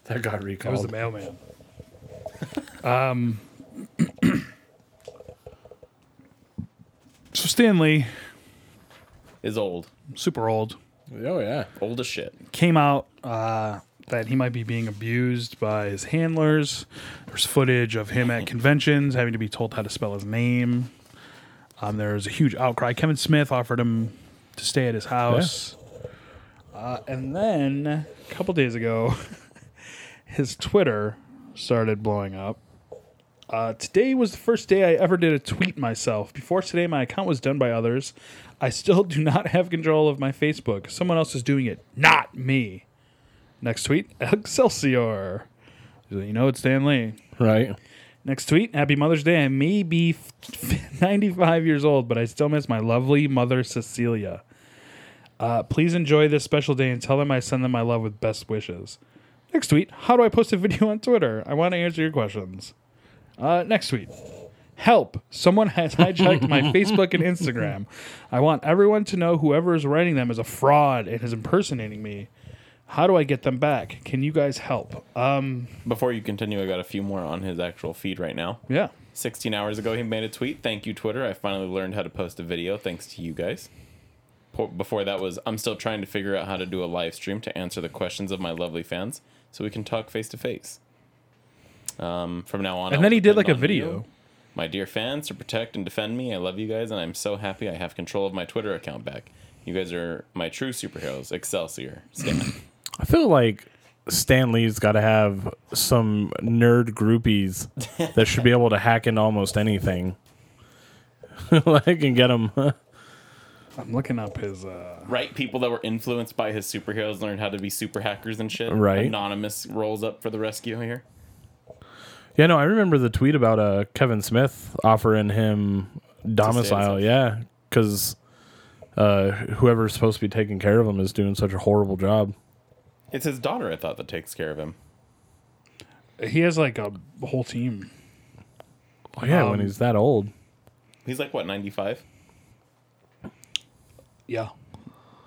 Speaker 2: That got
Speaker 1: that was the
Speaker 2: recalled.
Speaker 1: mailman [LAUGHS] um [CLEARS THROAT] so stanley
Speaker 3: Is old.
Speaker 1: super old
Speaker 2: oh yeah.
Speaker 3: Old as shit.
Speaker 1: came out uh, that he might be being abused by his handlers. There's footage of him at conventions having to be told how to spell his name. Um, there's a huge outcry. Kevin Smith offered him to stay at his house. Uh, and then a couple days ago, [LAUGHS] his Twitter started blowing up. Uh, today was the first day I ever did a tweet myself. Before today, my account was done by others. I still [LAUGHS] do not have control of my Facebook. Someone else is doing it, not me. Next tweet, [LAUGHS] Excelsior. You know it's Stan Lee.
Speaker 2: Right.
Speaker 1: Next tweet, Happy Mother's Day. I may [LAUGHS] be f- 95 years old, but I still miss my lovely mother, Cecilia. Uh, please enjoy this special day and tell them I send them my love with best wishes. Next tweet, how do I post a [LAUGHS] video on Twitter? I want to answer your questions. Uh, next tweet, help. Someone has hijacked my Facebook and Instagram. I want everyone to know whoever is writing them is a fraud and is impersonating me. How do I get them back? Can you guys help? Um,
Speaker 3: Before you continue, I got a few more on his actual feed right now.
Speaker 1: yeah.
Speaker 3: 16 hours ago, he made a tweet. Thank you, Twitter. I finally learned how to post a video thanks to you guys. Po- Before that was, I'm still trying to figure out how to do a live stream to answer the questions of my lovely fans so we can talk face to face. Um, From now on,
Speaker 1: And
Speaker 3: I'll
Speaker 1: then he did
Speaker 3: depend
Speaker 1: like a
Speaker 3: on
Speaker 1: video.
Speaker 3: you, My dear fans, to protect and defend me, I love you guys, and I'm so happy I have control of my Twitter account back. You guys are my true superheroes. Excelsior.
Speaker 1: [LAUGHS]
Speaker 3: Stan.
Speaker 2: I feel like Stan Lee's got to have some nerd groupies that should be able to hack into almost anything. [LAUGHS] like and get [LAUGHS] them.
Speaker 1: I'm looking up his. Uh,
Speaker 3: right? People that were influenced by his superheroes learned how to be super hackers and shit.
Speaker 2: Right.
Speaker 3: Anonymous rolls up for the rescue here.
Speaker 2: Yeah, no, I remember the tweet about uh, Kevin Smith offering him domicile.
Speaker 3: citizen.
Speaker 2: Yeah, because uh, whoever's supposed to be taking care of him is doing such a horrible job.
Speaker 3: It's his daughter, I thought, that takes care of him.
Speaker 1: he has like a whole team.
Speaker 2: Oh yeah, when
Speaker 1: Um,
Speaker 2: he's that old.
Speaker 3: He's like what, ninety five?
Speaker 1: Yeah.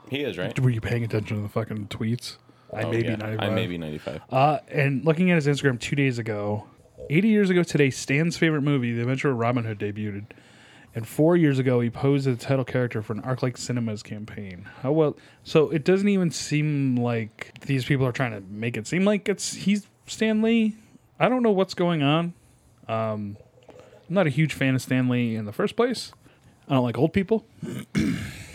Speaker 3: He is,
Speaker 1: [LAUGHS]
Speaker 3: right?
Speaker 1: Were you paying attention to the fucking tweets? I
Speaker 3: Oh,
Speaker 1: may be
Speaker 3: yeah.
Speaker 1: not. even-
Speaker 3: I may be ninety five.
Speaker 1: Uh, and looking at his Instagram two days ago, 80 years ago today, Stan's favorite movie, The Adventure of Robin Hood, debuted. And four years ago, he posed as the title character for an ArcLight Cinemas campaign. How well? So it doesn't even seem like these people are trying to make it seem like it's he's Stan Lee. I don't know what's going on. Um, I'm not a huge fan of Stan Lee in the first place. I don't like old people.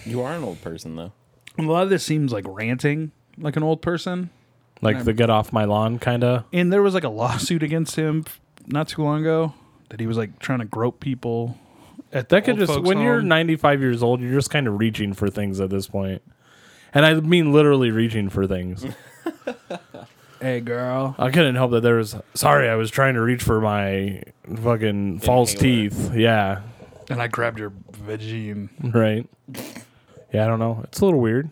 Speaker 3: You are an old person though.
Speaker 1: And a lot of this seems like ranting, like an old person.
Speaker 2: Like the get off my lawn kind of.
Speaker 1: and there was like a lawsuit against him not too long ago that he was like trying to grope people at
Speaker 2: That could
Speaker 1: old
Speaker 2: just
Speaker 1: folks'
Speaker 2: when you're
Speaker 1: home.
Speaker 2: 95 years old, you're just kind of reaching for things at this point. And I mean literally reaching for
Speaker 1: [LAUGHS]
Speaker 2: things.
Speaker 1: hey girl
Speaker 2: I couldn't help that there was sorry, I was trying to reach for my fucking false
Speaker 3: Inhaler.
Speaker 2: teeth. Yeah,
Speaker 1: and i grabbed your veggie and [LAUGHS]
Speaker 2: right. Yeah, I don't know. It's a little weird.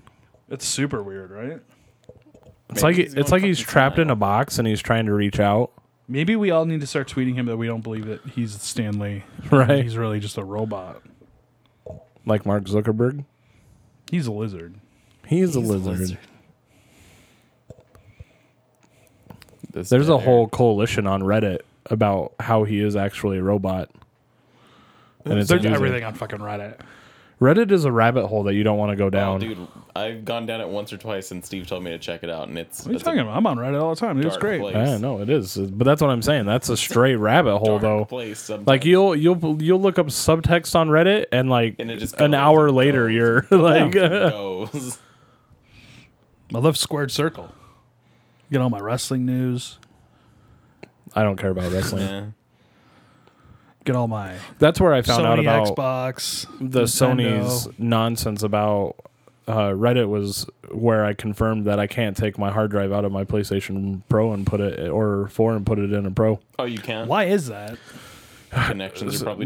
Speaker 1: it's super weird right
Speaker 2: It's
Speaker 3: Maybe
Speaker 2: like
Speaker 3: he's
Speaker 2: it's
Speaker 3: going
Speaker 2: like he's
Speaker 3: fucking
Speaker 2: trapped in
Speaker 3: senile.
Speaker 2: a box and he's trying to reach out.
Speaker 1: maybe we all need to start tweeting him that we don't believe that he's stanley
Speaker 2: Right.
Speaker 1: he's really just a robot
Speaker 2: Like Mark Zuckerberg.
Speaker 1: he's a lizard
Speaker 2: He's, a
Speaker 3: He's a
Speaker 2: lizard.
Speaker 3: lizard. This
Speaker 2: There's
Speaker 3: guy
Speaker 2: a
Speaker 3: there.
Speaker 2: whole coalition on Reddit about how he is actually a robot. And it's
Speaker 1: there's
Speaker 2: amusing.
Speaker 1: everything on fucking reddit
Speaker 2: Reddit is a rabbit hole that you don't want to go
Speaker 3: Oh,
Speaker 2: down.
Speaker 3: dude, I've gone down it once or twice, and Steve told me to check it out, and it's.
Speaker 1: what are you
Speaker 3: it's a
Speaker 1: talking about i'm on reddit all the time dude, it's
Speaker 3: dark
Speaker 1: great
Speaker 3: place.
Speaker 2: I don't know. It is, but that's what I'm saying. That's a
Speaker 3: [LAUGHS]
Speaker 2: straight rabbit hole,
Speaker 3: dark
Speaker 2: though.
Speaker 3: place sometimes. [LAUGHS]
Speaker 2: Like you'll you'll you'll look up subtext on Reddit, and like
Speaker 3: And it just
Speaker 2: an
Speaker 3: goes
Speaker 2: hour
Speaker 3: and
Speaker 2: later,
Speaker 3: goes.
Speaker 2: you're [LAUGHS] like,
Speaker 3: goes.
Speaker 1: i love squared circle get all my wrestling news
Speaker 2: I don't care about wrestling.
Speaker 3: Yeah.
Speaker 1: get all my
Speaker 2: That's where I found out
Speaker 1: sony
Speaker 2: about
Speaker 1: xbox
Speaker 2: the
Speaker 1: Nintendo.
Speaker 2: Sony's nonsense about uh, Reddit was where I confirmed that I can't take my hard drive out of my PlayStation Pro and put it or four and put it in a Pro.
Speaker 3: Oh, you can't.
Speaker 1: why is that
Speaker 3: Connections are probably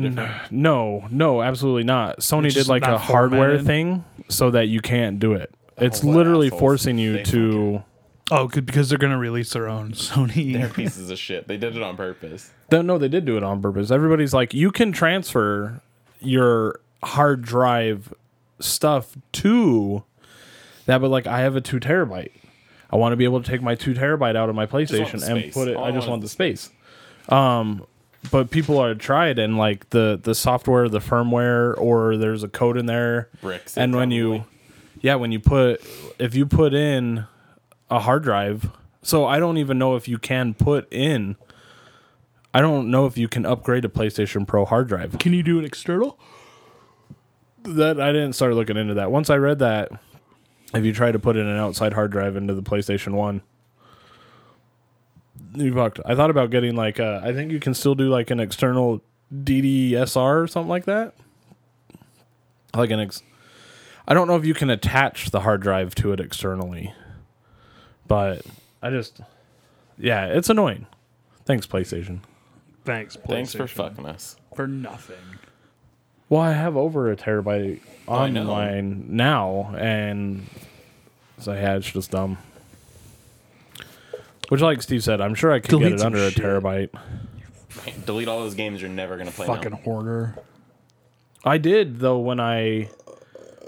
Speaker 2: [LAUGHS]
Speaker 3: different.
Speaker 2: No, no, absolutely not. Sony
Speaker 1: It's
Speaker 2: did
Speaker 1: just
Speaker 2: like
Speaker 1: not
Speaker 2: a hardware
Speaker 1: formatted?
Speaker 2: thing so that you can't do it. It's
Speaker 3: Oh, what
Speaker 2: literally
Speaker 3: assholes.
Speaker 2: forcing you
Speaker 3: They
Speaker 2: to.
Speaker 1: Oh, good because they're gonna release their own [LAUGHS] Sony.
Speaker 3: They're pieces of shit. They did it on purpose.
Speaker 2: Th- No, they did do it on purpose. Everybody's like, you can transfer your hard drive stuff to that, but like, I have a two terabyte. I want to be able to take my two terabyte out of my
Speaker 3: want the
Speaker 2: PlayStation and
Speaker 3: space.
Speaker 2: put it.
Speaker 3: All
Speaker 2: I
Speaker 3: I
Speaker 2: just want
Speaker 3: want
Speaker 2: the
Speaker 3: is
Speaker 2: space. Um, but people are tried and like the the software, the firmware, or there's a code in there.
Speaker 3: Bricks,
Speaker 2: And when you,
Speaker 3: probably.
Speaker 2: yeah, when you put, if you put in a hard drive, so I don't even know if you can put in. I don't know if you can upgrade a PlayStation Pro hard drive.
Speaker 1: Can you do an external?
Speaker 2: That I didn't start looking into that. Once I read that, if you try to put in an outside hard drive into the PlayStation One, you fucked. I thought about getting like uh, I think you can still do like an external DDSR or something like that. Like an ex, I don't know if you can attach the hard drive to it externally, but I just yeah, it's annoying. Thanks, PlayStation.
Speaker 1: Thanks,
Speaker 3: Thanks for
Speaker 1: PlayStation.
Speaker 3: fucking us.
Speaker 1: for nothing.
Speaker 2: Well, I have over a terabyte
Speaker 3: Oh, I know.
Speaker 2: online now, and so yeah, it's just dumb. Which, like Steve said, I'm sure I could
Speaker 1: Delete
Speaker 2: get it
Speaker 1: some
Speaker 2: under a
Speaker 1: shit.
Speaker 2: terabyte.
Speaker 3: Man, delete
Speaker 1: [LAUGHS]
Speaker 3: all those games you're never gonna play. now.
Speaker 1: Fucking hoarder.
Speaker 2: I did though when I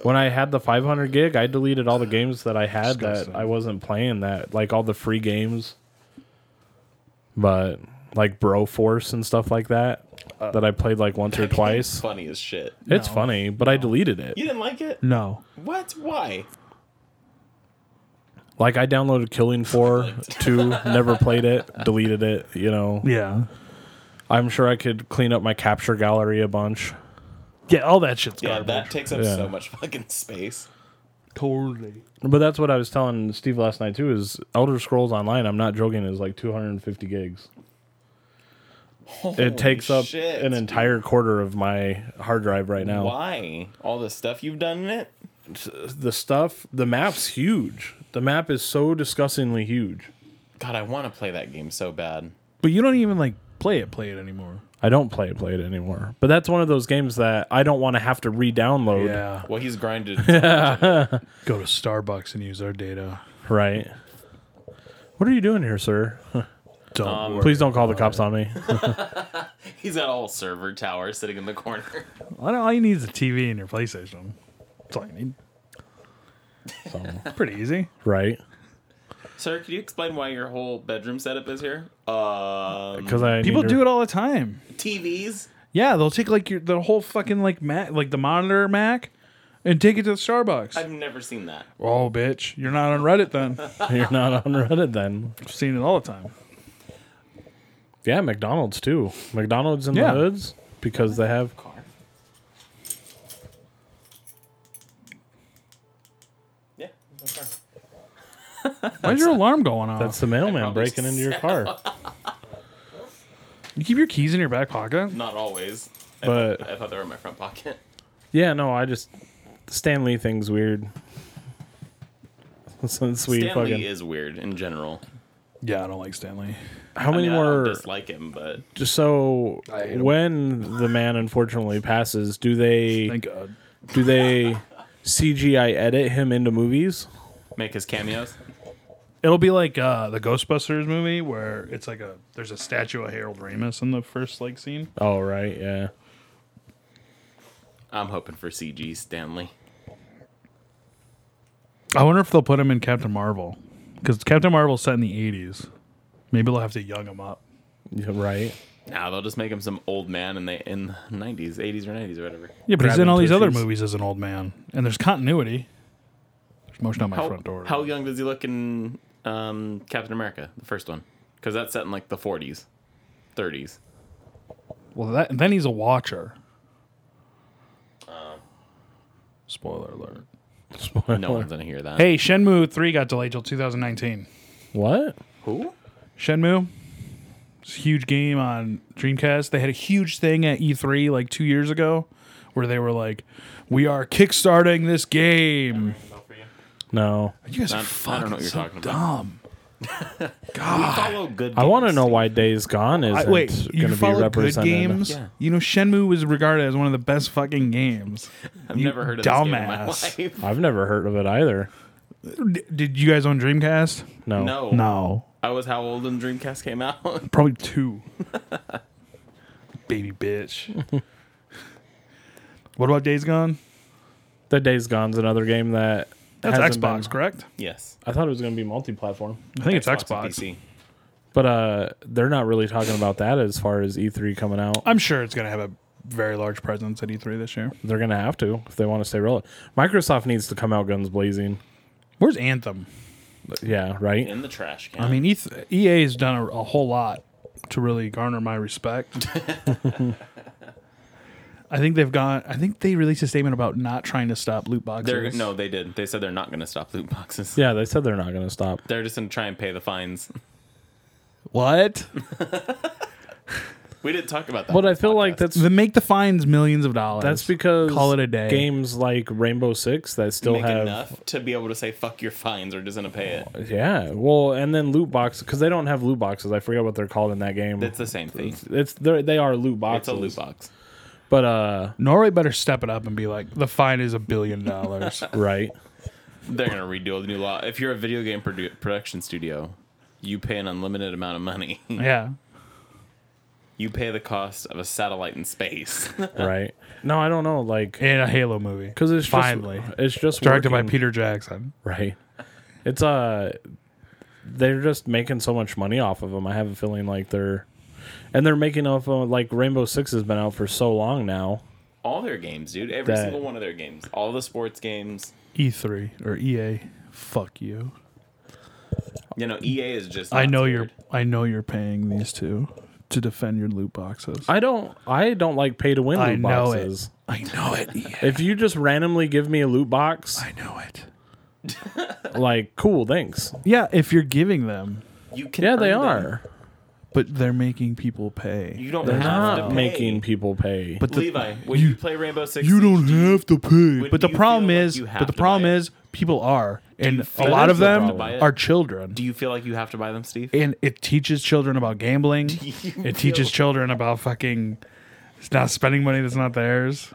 Speaker 2: When I had the 500 gig, I deleted all the games that I had
Speaker 1: Disgusting.
Speaker 2: that I wasn't playing. That like all the free games, but like Bro Force and stuff like that
Speaker 1: Uh,
Speaker 2: that I played like once or twice.
Speaker 3: Funny as shit.
Speaker 2: It's funny, but I deleted it.
Speaker 3: You didn't like it?
Speaker 1: No.
Speaker 3: What? Why?
Speaker 2: Like I downloaded Killing
Speaker 3: [LAUGHS]
Speaker 2: Floor 2, never played it, deleted it. You know,
Speaker 1: Yeah.
Speaker 2: I'm sure I could clean up my capture gallery a bunch.
Speaker 1: Yeah, all that shit's
Speaker 3: Yeah,
Speaker 1: garbage.
Speaker 3: that takes up
Speaker 2: Yeah.
Speaker 3: so much fucking space.
Speaker 1: totally.
Speaker 2: But that's what I was telling Steve last night too. Is Elder Scrolls Online? I'm not joking. Is like 250 gigs.
Speaker 3: Holy
Speaker 2: it takes up
Speaker 3: shit.
Speaker 2: an entire quarter of my hard drive right now.
Speaker 3: Why? All the stuff you've done in it?
Speaker 2: The stuff, the map's huge. The map is so disgustingly huge.
Speaker 3: God, I want to play that game so bad.
Speaker 1: But you don't even like play it, play it anymore.
Speaker 2: I don't play it, play it anymore. But that's one of those games that I don't want to have to re-download.
Speaker 3: Well, he's grinded. [LAUGHS]
Speaker 1: Go to Starbucks and use our data.
Speaker 2: Right. What are you doing here, sir?
Speaker 1: Don't worry.
Speaker 2: Please don't call the cops on me. [LAUGHS]
Speaker 3: he's got all server tower sitting in the corner.
Speaker 1: All all you need is a TV and your PlayStation. That's all you need. [LAUGHS] Pretty easy.
Speaker 2: right.
Speaker 3: [LAUGHS] Sir, could you explain why your whole bedroom setup is here? Um,
Speaker 2: Because I
Speaker 1: People
Speaker 2: need to-
Speaker 1: do it all the time.
Speaker 3: TVs.
Speaker 1: Yeah, they'll take like your the whole fucking like Mac, like the monitor Mac, and take it to the Starbucks.
Speaker 3: I've never seen that.
Speaker 1: oh, bitch, you're not on Reddit [LAUGHS] then.
Speaker 2: You're not on Reddit then.
Speaker 1: I've seen it all the time.
Speaker 2: Yeah, McDonald's too. McDonald's in
Speaker 1: Yeah.
Speaker 2: the hoods because they have
Speaker 3: Car. Yeah. that's our car.
Speaker 1: Why's your alarm going off?
Speaker 2: that's the mailman
Speaker 3: probably
Speaker 2: breaking into your car.
Speaker 1: you keep your keys in your back pocket.
Speaker 3: Not always.
Speaker 2: [LAUGHS]
Speaker 3: I
Speaker 2: But-
Speaker 3: thought- I thought they were in my front [LAUGHS] pocket.
Speaker 2: Yeah, no, I just the Stan Lee thing's weird. [LAUGHS] Since we
Speaker 3: Stanley
Speaker 2: fucking
Speaker 3: is weird in general.
Speaker 1: Yeah, I don't like Stanley.
Speaker 2: how
Speaker 3: I
Speaker 2: many
Speaker 3: mean, I
Speaker 2: more?
Speaker 3: don't dislike him, but
Speaker 2: Just so when the man unfortunately passes, do they
Speaker 1: Thank God.
Speaker 2: do they CGI edit him into movies?
Speaker 3: make his cameos.
Speaker 1: It'll be like uh, the Ghostbusters movie where it's like a there's a statue of Harold Ramis in the first like scene.
Speaker 2: Oh right, yeah.
Speaker 3: I'm hoping for CG Stanley.
Speaker 1: I wonder if they'll put him in Captain Marvel because Captain Marvel's set in the '80s. Maybe they'll have to young him up.
Speaker 2: Yeah, right.
Speaker 3: Now they'll just make him some old man in the in the 90s, 80s or 90s or whatever.
Speaker 1: Yeah, but he's in
Speaker 2: Grabbing
Speaker 1: all these other
Speaker 2: tushies.
Speaker 1: movies as an old man, and there's continuity. There's motion on my
Speaker 3: How,
Speaker 1: front door.
Speaker 3: how young does he look in um, Captain America, the first one? Because that's set in like the 40s, 30s.
Speaker 1: well, that, then he's a watcher. Um, Spoiler alert.
Speaker 3: No one's gonna hear that.
Speaker 1: Hey, Shenmue 3 got delayed till 2019.
Speaker 2: [LAUGHS] What?
Speaker 3: who?
Speaker 1: Shenmue, it's a huge game on Dreamcast. They had a huge thing at E3 like two years ago where they were like, we are kickstarting this game.
Speaker 2: No.
Speaker 1: You guys
Speaker 3: I
Speaker 1: are
Speaker 3: don't- I
Speaker 1: fucking
Speaker 3: don't know what you're
Speaker 1: so
Speaker 3: talking about.
Speaker 1: dumb.
Speaker 3: Follow good.
Speaker 2: I want to
Speaker 3: games.
Speaker 2: know why Days Gone
Speaker 1: I,
Speaker 2: isn't
Speaker 1: wait,
Speaker 2: going
Speaker 1: you
Speaker 2: to be
Speaker 1: follow good
Speaker 2: represented.
Speaker 1: games?
Speaker 3: Yeah.
Speaker 1: You know, Shenmue was regarded as one of the best fucking games.
Speaker 3: I've
Speaker 1: you
Speaker 3: never heard of
Speaker 1: dumbass.
Speaker 3: this game in my [LAUGHS] life.
Speaker 2: I've never heard of it either.
Speaker 1: D- did you guys own Dreamcast?
Speaker 2: No.
Speaker 3: No,
Speaker 1: No,
Speaker 3: I was how old when Dreamcast came out. [LAUGHS]
Speaker 1: probably two. Baby bitch. [LAUGHS] what about Days Gone?
Speaker 2: The Days Gone's another game that
Speaker 1: That's
Speaker 2: hasn't
Speaker 1: Xbox,
Speaker 2: been-
Speaker 1: correct?
Speaker 3: yes,
Speaker 2: I thought it was going to be multi-platform.
Speaker 1: I think it's
Speaker 3: and
Speaker 1: Xbox.
Speaker 3: PC.
Speaker 2: But uh, they're not really talking about that as far as E3 coming out.
Speaker 1: I'm sure it's going to have a very large presence at E3 this year.
Speaker 2: They're going to have to if they want to stay relevant. Microsoft needs to come out guns blazing.
Speaker 1: Where's Anthem?
Speaker 2: Yeah, right.
Speaker 3: in the trash can.
Speaker 1: I mean, E- EA has done a, a whole lot to really garner my respect. I think they've gone. I think they released a statement about not trying to stop loot boxes.
Speaker 3: they're no, they did. They said they're not gonna stop loot boxes.
Speaker 2: Yeah, they said they're not going to stop.
Speaker 3: [LAUGHS] They're just gonna try and pay the fines. [LAUGHS]
Speaker 1: What?
Speaker 3: We didn't talk about that.
Speaker 2: But
Speaker 3: on
Speaker 2: I
Speaker 3: this
Speaker 2: feel like
Speaker 3: podcast.
Speaker 2: that's
Speaker 1: then make the fines millions of dollars.
Speaker 2: that's because
Speaker 1: Call it a day.
Speaker 2: Games like Rainbow Six that still
Speaker 3: make
Speaker 2: have Oh,
Speaker 3: enough to be able to say fuck your fines or just gonna pay it.
Speaker 2: yeah. Well, and then loot boxes because they don't have loot boxes. I forget what they're called in that game.
Speaker 3: It's the same thing.
Speaker 2: It's they're- they are loot
Speaker 3: It's
Speaker 2: boxes.
Speaker 3: a loot box.
Speaker 2: But uh,
Speaker 1: Norway better step it up and be like, the fine is a billion dollars.
Speaker 2: right.
Speaker 3: They're gonna redo the new law. If you're a video game produ- production studio, you pay an unlimited amount of money.
Speaker 1: yeah.
Speaker 3: [LAUGHS] You pay the cost of a satellite in space. [LAUGHS]
Speaker 2: right? No, I don't know. Like,
Speaker 1: in a Halo movie.
Speaker 2: because it's
Speaker 1: finally
Speaker 2: just, it's just
Speaker 1: directed by
Speaker 2: working-
Speaker 1: Peter Jackson.
Speaker 2: Right. It's uh they're just making so much money off of them. I have a feeling like they're and they're making off of like Rainbow Six has been out for so long now.
Speaker 3: All their games, dude. Every
Speaker 2: That-
Speaker 3: single one of their games. All the sports games.
Speaker 1: E3 E or EA. Fuck you.
Speaker 3: You know, EA is just.
Speaker 1: I
Speaker 3: not
Speaker 1: know
Speaker 3: scared.
Speaker 1: you're. I know you're paying these two to defend your loot boxes.
Speaker 2: I don't I don't like pay to win
Speaker 1: I
Speaker 2: loot
Speaker 1: know it.
Speaker 2: boxes.
Speaker 1: I know it. EA.
Speaker 2: If you just randomly give me a loot box,
Speaker 1: [LAUGHS] I know it.
Speaker 2: like cool, thanks.
Speaker 1: Yeah, if you're giving them,
Speaker 3: You can
Speaker 2: Yeah, they
Speaker 3: earn them.
Speaker 2: are.
Speaker 1: but they're making people pay.
Speaker 3: You don't
Speaker 2: They're
Speaker 3: have
Speaker 2: not
Speaker 3: to pay.
Speaker 2: making people pay. But
Speaker 1: But the,
Speaker 3: Levi, when you, play Rainbow Six,
Speaker 1: you don't have to pay. But
Speaker 3: do
Speaker 1: the
Speaker 3: you
Speaker 1: problem
Speaker 3: feel like
Speaker 1: is,
Speaker 3: you have
Speaker 1: but the
Speaker 3: to
Speaker 1: problem
Speaker 3: buy it?
Speaker 1: is, people are, and a
Speaker 3: feel
Speaker 1: lot
Speaker 2: like
Speaker 1: of
Speaker 2: you have
Speaker 1: them
Speaker 2: to buy
Speaker 3: it?
Speaker 1: are children.
Speaker 3: do you feel like you have to buy them, Steve?
Speaker 1: and it teaches children about
Speaker 3: [LAUGHS]
Speaker 1: gambling. It teaches children about fucking not spending money that's not theirs.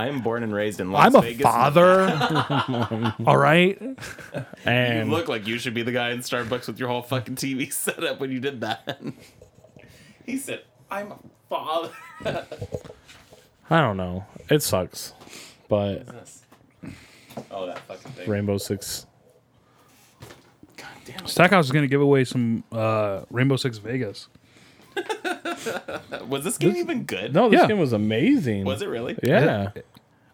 Speaker 3: I am born and raised in Las
Speaker 1: I'm a
Speaker 3: Vegas.
Speaker 1: father. [LAUGHS] All right.
Speaker 3: You
Speaker 2: and
Speaker 3: look like you should be the guy in Starbucks with your whole fucking [LAUGHS] TV set up when you did that. [LAUGHS] he said, "I'm a father."
Speaker 2: I don't know. It sucks. But
Speaker 3: Oh, that fucking thing.
Speaker 2: Rainbow Six
Speaker 1: Stackhouse is going to give away some uh, Rainbow Six Vegas.
Speaker 3: Was this game even good?
Speaker 2: No, this
Speaker 1: Yeah.
Speaker 2: game was amazing.
Speaker 3: Was it really?
Speaker 2: Yeah.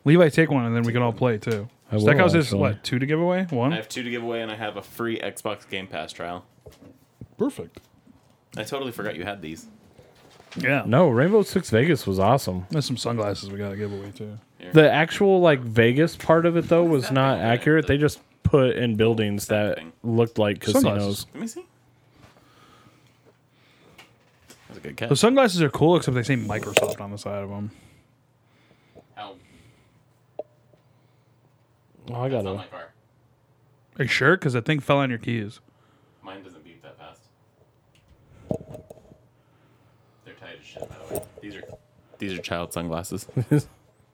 Speaker 1: Levi, take one, and then we can all play too.
Speaker 2: will,
Speaker 1: Stackhouse is
Speaker 2: actually.
Speaker 1: what two to give away? One.
Speaker 3: I have two to give away, and I have a free Xbox Game Pass trial.
Speaker 1: Perfect.
Speaker 3: I totally forgot you had these.
Speaker 1: Yeah.
Speaker 2: No, Rainbow Six Vegas was awesome.
Speaker 1: There's some sunglasses we got to give away too.
Speaker 2: The actual like Vegas part of it though was not accurate. They just put in buildings that
Speaker 3: thing?
Speaker 2: looked like
Speaker 1: Sunglasses.
Speaker 2: casinos.
Speaker 3: Let me see. That's a good
Speaker 1: The
Speaker 3: catch.
Speaker 1: sunglasses are cool, except they say Microsoft on the side of them.
Speaker 3: Ow.
Speaker 2: Oh, I got
Speaker 3: It's not
Speaker 2: a
Speaker 3: my car.
Speaker 1: Are you sure? Because that thing fell on your keys.
Speaker 3: Mine doesn't beep that fast. They're tight as shit, by the way. These are these are
Speaker 2: [LAUGHS]
Speaker 3: child sunglasses.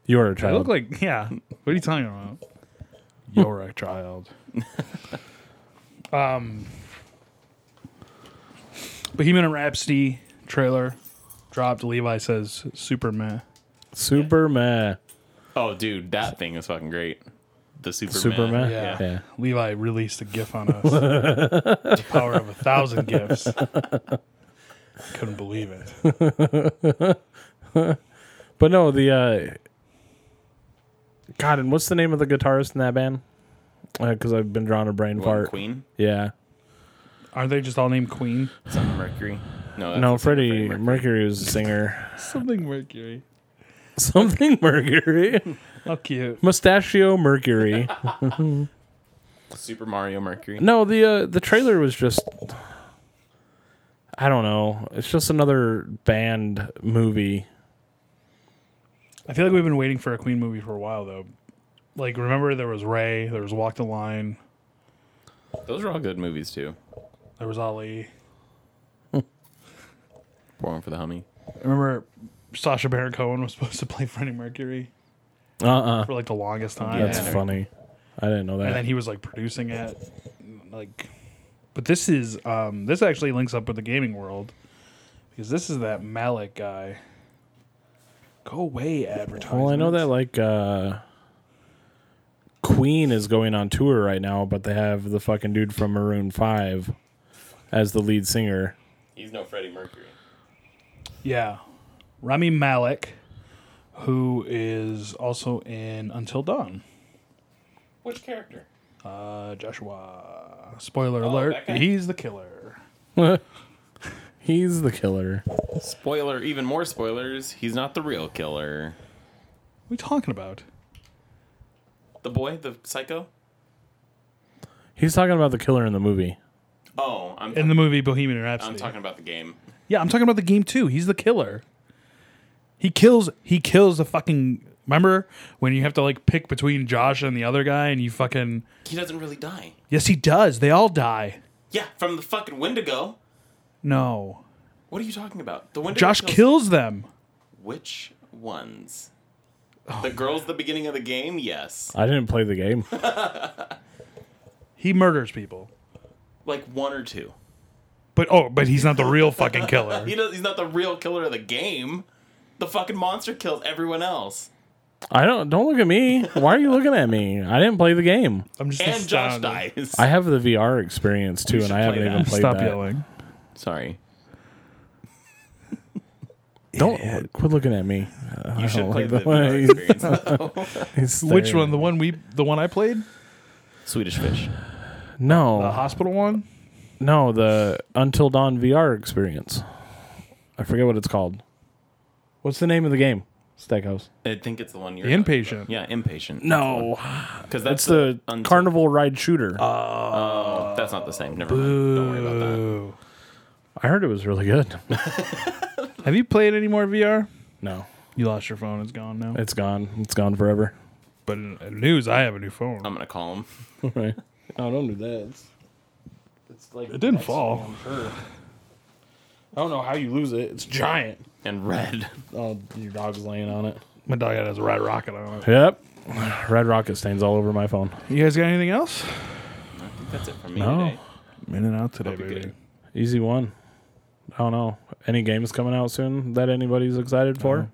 Speaker 2: You are a
Speaker 1: They look
Speaker 2: child.
Speaker 1: like yeah. What are you talking about? [LAUGHS] You're a child. [LAUGHS] um, Bohemian Rhapsody trailer dropped. Levi says super meh.
Speaker 2: Super meh.
Speaker 3: oh, dude, that thing is fucking great. The Superman.
Speaker 2: Super meh.
Speaker 1: Yeah.
Speaker 2: Yeah.
Speaker 1: Levi released a gif on us. the [LAUGHS] power of a thousand gifs. Couldn't believe it.
Speaker 2: But no, the uh God, and what's the name of the guitarist in that band? Because I've been drawing a brain
Speaker 3: What,
Speaker 2: fart.
Speaker 3: Queen.
Speaker 2: Yeah.
Speaker 1: Aren't they just all named Queen?
Speaker 3: Son of Mercury. No,
Speaker 2: no,
Speaker 3: that's not Son of
Speaker 2: Freddie Mercury was the singer. [LAUGHS]
Speaker 1: Something Mercury.
Speaker 2: Something Mercury.
Speaker 1: How cute.
Speaker 2: Mustachio Mercury.
Speaker 3: Super Mario Mercury.
Speaker 2: No, the uh, the trailer was just I don't know. It's just another band movie.
Speaker 1: I feel like we've been waiting for a Queen movie for a while though. Like remember there was Ray, there was Walk the Line,
Speaker 3: Those are all good movies too.
Speaker 1: there was Ali.
Speaker 3: Born for the Hummy.
Speaker 1: Remember Sasha Baron Cohen was [LAUGHS] supposed to play Freddie Mercury
Speaker 2: Uh uh
Speaker 1: for like the longest time.
Speaker 2: That's
Speaker 3: Yeah.
Speaker 2: funny. I didn't know
Speaker 1: And then
Speaker 2: that.
Speaker 1: he was like producing it. Like but this is um this actually links up with the gaming world because this is that Malik guy. Go away advertising.
Speaker 2: Well, I know that like uh Queen is going on tour right now, but they have the fucking dude from Maroon 5 as the lead singer. [LAUGHS]
Speaker 3: He's no Freddie Mercury.
Speaker 1: Yeah. Rami Malik who is also in Until Dawn.
Speaker 3: Which character?
Speaker 1: Uh, Joshua. Oh, Spoiler alert.
Speaker 3: that guy?
Speaker 1: He's the killer.
Speaker 2: He's the killer.
Speaker 3: Spoiler, even more spoilers. He's not the real killer.
Speaker 1: What are you talking about?
Speaker 3: The boy, the psycho?
Speaker 2: He's talking about the killer in the movie.
Speaker 3: Oh, I'm
Speaker 1: In the movie Bohemian
Speaker 3: I'm
Speaker 1: Rhapsody.
Speaker 3: talking about the game.
Speaker 1: yeah, I'm talking about the game too. He's the killer. He kills. He kills the fucking. Remember when you have to like pick between Josh and the other guy, and you fucking.
Speaker 3: He doesn't really die.
Speaker 1: Yes, he does. They all die.
Speaker 3: Yeah, from the fucking Wendigo.
Speaker 1: No,
Speaker 3: What are you talking about? The Wendigo.
Speaker 1: Josh
Speaker 3: kills-
Speaker 1: kills them.
Speaker 3: Which ones?
Speaker 1: Oh,
Speaker 3: the girls, at the beginning of the game? Yes.
Speaker 2: I didn't play the game.
Speaker 1: He murders people.
Speaker 3: Like one or two.
Speaker 1: But oh, but he's not the real fucking
Speaker 3: [LAUGHS]
Speaker 1: killer.
Speaker 3: He does, he's not the real killer of the game. The fucking monster kills everyone else.
Speaker 2: I don't don't look at me. Why are you looking at me? I didn't play the game.
Speaker 1: I'm just
Speaker 3: And Josh
Speaker 1: astounded.
Speaker 3: dies.
Speaker 2: I have the VR experience too, and
Speaker 3: should
Speaker 2: I haven't
Speaker 3: play
Speaker 2: even
Speaker 3: that.
Speaker 2: played
Speaker 1: Stop
Speaker 2: that.
Speaker 1: yelling.
Speaker 3: Sorry.
Speaker 2: Don't quit looking at me.
Speaker 1: Oh,
Speaker 3: You should
Speaker 2: don't
Speaker 3: play
Speaker 2: like
Speaker 3: the
Speaker 2: the way
Speaker 3: VR
Speaker 2: you-
Speaker 3: experience. though.
Speaker 2: He's
Speaker 1: Which
Speaker 2: staring.
Speaker 1: one? The one we, the one I played,
Speaker 3: Swedish fish.
Speaker 1: the
Speaker 2: No,
Speaker 1: hospital one.
Speaker 2: no, the Until Dawn VR experience. I forget what it's called. What's the name of the game? Stackhouse.
Speaker 3: I think it's the one you're
Speaker 1: The inpatient.
Speaker 3: Yeah, impatient.
Speaker 2: No,
Speaker 3: because
Speaker 2: it's
Speaker 3: that's
Speaker 2: the
Speaker 3: until-
Speaker 2: carnival ride shooter.
Speaker 3: Oh, that's not the same. Never mind. Don't worry about that.
Speaker 1: Ooh.
Speaker 2: I heard it was really good. [LAUGHS]
Speaker 1: Have you played any more VR?
Speaker 2: no,
Speaker 1: You lost your phone. It's gone now.
Speaker 2: it's gone. It's gone forever.
Speaker 1: But in in news, I have a new phone.
Speaker 3: I'm gonna call him.
Speaker 2: [LAUGHS] Right. Oh, don't do that. It's, it's like
Speaker 1: it didn't fall.
Speaker 2: I don't know how you lose it. It's giant.
Speaker 3: And red.
Speaker 2: Oh, your dog's laying on it.
Speaker 1: My dog has a red rocket on it.
Speaker 2: Yep. Red rocket stains all over my phone.
Speaker 1: You guys got anything else?
Speaker 3: That's it for me
Speaker 2: No.
Speaker 3: today.
Speaker 1: I'm in and out today,
Speaker 3: you're
Speaker 1: baby.
Speaker 3: good.
Speaker 2: Easy one. I don't know. Any games coming out soon that anybody's excited for?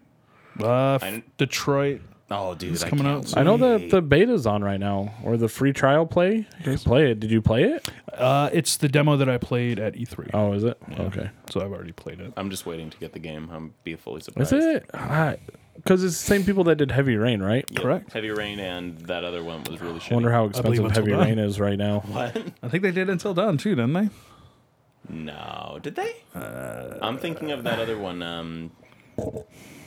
Speaker 1: Uh, f-
Speaker 3: didn't-
Speaker 1: Detroit.
Speaker 3: Oh, dude, it's
Speaker 1: coming out
Speaker 2: I know that the beta's on right now, or the free trial play. You can play it. Did you play it?
Speaker 1: Uh, it's the demo that I played at E3,
Speaker 2: Oh, is it? Okay.
Speaker 1: so I've already played it.
Speaker 3: I'm just waiting to get the game. I'm be fully surprised.
Speaker 2: Is it? Because it's the same people that did Heavy Rain, right?
Speaker 3: Yeah,
Speaker 1: Correct.
Speaker 3: Heavy rain and that other one was really shitty.
Speaker 2: Wonder how
Speaker 1: believe
Speaker 2: expensive
Speaker 1: it's
Speaker 2: Heavy
Speaker 1: all done.
Speaker 2: Rain is right now.
Speaker 1: I think they did until dawn too, didn't they?
Speaker 3: No, did they?
Speaker 2: Uh,
Speaker 3: I'm thinking of that other one. Um,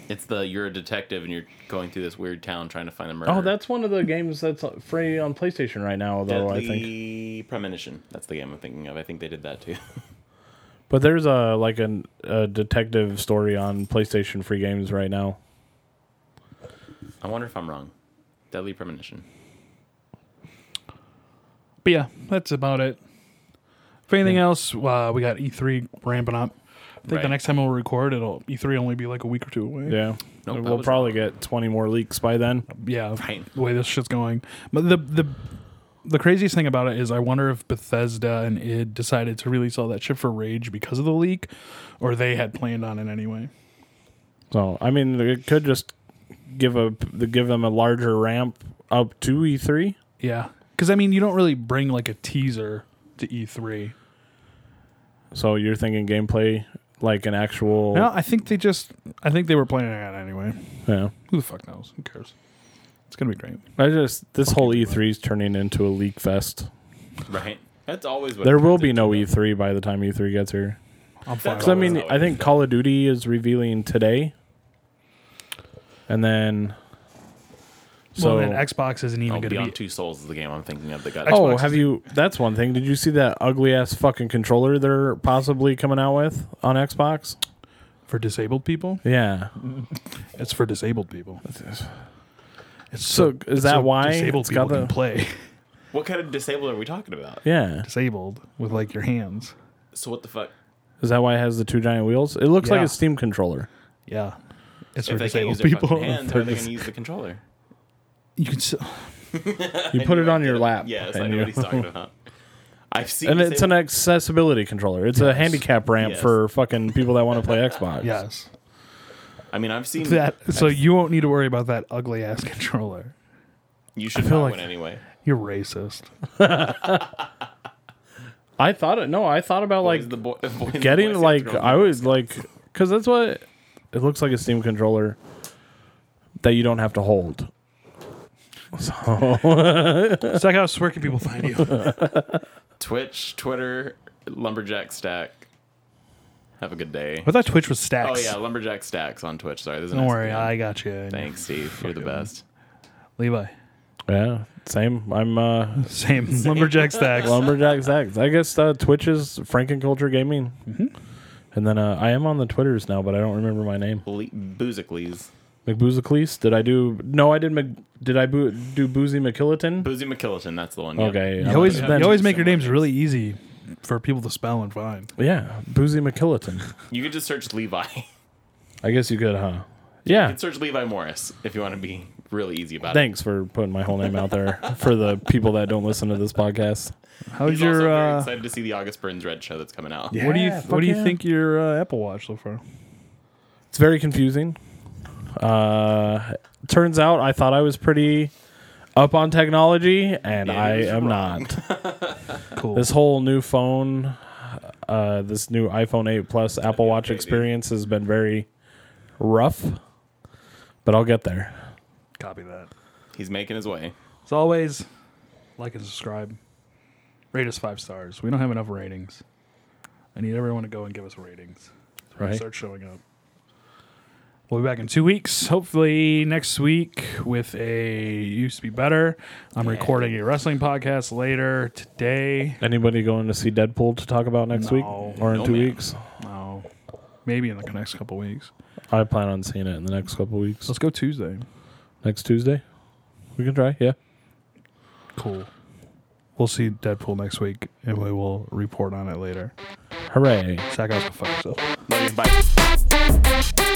Speaker 3: it's the you're a detective and you're going through this weird town trying to find a murderer.
Speaker 2: Oh, that's one of the games that's free on PlayStation right now, though.
Speaker 3: Deadly
Speaker 2: I think.
Speaker 3: Premonition. That's the game I'm thinking of. I think they did that too. [LAUGHS]
Speaker 2: But there's a like an, a detective story on PlayStation free games right now.
Speaker 3: I wonder if I'm wrong. Deadly Premonition.
Speaker 1: But yeah, that's about it. If anything else, uh, we got E3 ramping up. I think the
Speaker 3: Right.
Speaker 1: next time we'll record, it'll E3 will only be like a week or two away.
Speaker 2: Yeah,
Speaker 3: Nope, I
Speaker 2: we'll
Speaker 3: was
Speaker 2: probably get 20 more leaks by then.
Speaker 1: yeah,
Speaker 3: Right.
Speaker 1: the way this shit's going. But the the the craziest thing about it is, I wonder if Bethesda and id decided to release all that shit for Rage because of the leak, or they had planned on it anyway.
Speaker 2: So I mean, it could just give a give them a larger ramp up to E E3.
Speaker 1: Yeah, because I mean, you don't really bring like a teaser to E E3.
Speaker 2: So you're thinking gameplay like an actual.
Speaker 1: No, I think they just, I think they were planning on it anyway.
Speaker 2: Yeah.
Speaker 1: Who the fuck knows? Who cares? It's gonna be great.
Speaker 2: I just this whole E3 is turning into a leak fest.
Speaker 3: Right. That's always what.
Speaker 2: There
Speaker 3: it
Speaker 2: will
Speaker 3: turns
Speaker 2: be no
Speaker 3: into.
Speaker 2: E3 by the time E3 gets here.
Speaker 1: I'm fine.
Speaker 3: That's
Speaker 2: So I
Speaker 3: Always
Speaker 2: mean,
Speaker 3: how it
Speaker 2: I think Call of Duty is revealing today, and then
Speaker 1: So
Speaker 2: so
Speaker 1: well, then Xbox isn't even
Speaker 3: Oh,
Speaker 1: gonna be.
Speaker 3: Beyond Two Souls is the game I'm thinking of. That got
Speaker 2: oh,
Speaker 1: Xbox
Speaker 2: have
Speaker 1: is-
Speaker 2: you? That's one thing. Did you see that ugly ass fucking controller they're possibly coming out with on Xbox?
Speaker 1: for disabled people.
Speaker 2: Yeah.
Speaker 1: It's for disabled people. It's
Speaker 2: So is that
Speaker 1: so
Speaker 2: why
Speaker 1: disabled
Speaker 2: it's
Speaker 1: people
Speaker 2: got the
Speaker 1: can play?
Speaker 3: What kind of disabled are we talking about?
Speaker 2: yeah?
Speaker 1: disabled with like your hands.
Speaker 3: So what the fuck?
Speaker 2: Is that why it has the two giant wheels? It looks like
Speaker 1: Yeah.
Speaker 2: a Steam controller.
Speaker 1: Yeah, it's for
Speaker 3: If they can't
Speaker 1: disabled
Speaker 3: use their
Speaker 1: people.
Speaker 3: fucking
Speaker 1: [LAUGHS]
Speaker 3: hands, how are they going to use the controller?
Speaker 1: you can. s-
Speaker 2: You put it on your lap.
Speaker 3: Yes, I
Speaker 2: and
Speaker 3: know
Speaker 2: you-
Speaker 3: what
Speaker 2: [LAUGHS]
Speaker 3: he's talking about. I've seen.
Speaker 2: and it's an
Speaker 3: disabled-
Speaker 2: accessibility controller. It's a handicap ramp
Speaker 3: Yes.
Speaker 2: for fucking people that want to play Xbox.
Speaker 3: [LAUGHS]
Speaker 1: Yes,
Speaker 3: I mean, I've seen
Speaker 1: that. So you won't need to worry about that ugly ass [LAUGHS] controller.
Speaker 3: You should
Speaker 2: feel
Speaker 3: buy
Speaker 2: like-
Speaker 3: one anyway.
Speaker 1: You're racist.
Speaker 2: I thought it. No, I thought about like
Speaker 3: Boys, the [LAUGHS] boy, boys, the
Speaker 2: getting
Speaker 3: boys
Speaker 2: like
Speaker 3: syndrome.
Speaker 2: I was like because that's what it looks like a Steam controller that you don't have to hold. So
Speaker 1: It's like, house, where can people find
Speaker 3: [LAUGHS]
Speaker 1: you?
Speaker 3: Twitch, Twitter, Lumberjack Stack. Have a good day.
Speaker 1: I thought Twitch was
Speaker 3: Oh
Speaker 1: stacks.
Speaker 3: yeah, Lumberjack Stacks on Twitch. Sorry, there's an
Speaker 1: Don't
Speaker 3: S at
Speaker 1: worry,
Speaker 3: the
Speaker 1: I
Speaker 3: end.
Speaker 1: got you.
Speaker 3: Thanks, Steve. You're the best.
Speaker 1: Levi.
Speaker 2: yeah, same. I'm uh,
Speaker 3: [LAUGHS]
Speaker 1: Same. Lumberjack stacks.
Speaker 2: [LAUGHS] lumberjack Zach. I guess uh, Twitch is Frankenculture Gaming, and then uh, I am on the Twitters now, but I don't remember my name.
Speaker 3: Le- Boozicles.
Speaker 2: McBoozicles. Did I do? No, I did. Mc, did I boo, do Boozy McKilliton?
Speaker 3: Boozy McKilliton. That's the one. yeah.
Speaker 2: Okay.
Speaker 1: You always,
Speaker 2: yeah.
Speaker 1: you always make your
Speaker 3: Similar
Speaker 1: names really easy for people to spell and find.
Speaker 2: [LAUGHS] yeah, Boozy McKilliton.
Speaker 3: You could just search Levi. [LAUGHS]
Speaker 2: I guess you could, huh? Yeah.
Speaker 3: You can search Levi Morris if you want to be really easy about it.
Speaker 2: Thanks for putting my whole name out there for the people that don't listen to this podcast.
Speaker 1: How's
Speaker 3: He's also
Speaker 1: your?
Speaker 3: very
Speaker 1: Uh,
Speaker 3: excited to see the August Burns Red show that's coming out.
Speaker 1: what do you
Speaker 2: Yeah,
Speaker 1: What do
Speaker 2: fuck
Speaker 1: you
Speaker 2: yeah.
Speaker 1: think your uh, Apple Watch so far?
Speaker 2: It's very confusing. Uh, turns out I thought I was pretty up on technology, and
Speaker 3: Yeah,
Speaker 2: I
Speaker 3: it was
Speaker 2: am
Speaker 3: wrong.
Speaker 2: not.
Speaker 1: Cool.
Speaker 2: this whole new phone, uh, this new iPhone 8 Plus Apple Watch
Speaker 3: baby.
Speaker 2: experience has been very rough, but I'll get there.
Speaker 1: Copy that.
Speaker 3: He's making his way.
Speaker 1: As always, like and subscribe. Rate us five stars. We don't have enough ratings. I need everyone to go and give us ratings. So we can
Speaker 2: Right.
Speaker 1: Start showing up. We'll be back in two weeks. Hopefully next week with a used to be better. I'm recording a wrestling podcast later today.
Speaker 2: Anybody going to see Deadpool to talk about next week
Speaker 1: No.
Speaker 2: or in
Speaker 3: No,
Speaker 2: two
Speaker 3: ma'am.
Speaker 2: weeks?
Speaker 1: No, Oh, maybe in the next couple weeks.
Speaker 2: I plan on seeing it in the next couple weeks.
Speaker 1: Let's go Tuesday.
Speaker 2: Next Tuesday, we can try. Yeah.
Speaker 1: Cool. We'll see Deadpool next week, and we will report on it later.
Speaker 2: Hooray.
Speaker 1: Sackhouse can fuck yourself.
Speaker 3: Love you. Bye.
Speaker 4: Thank you.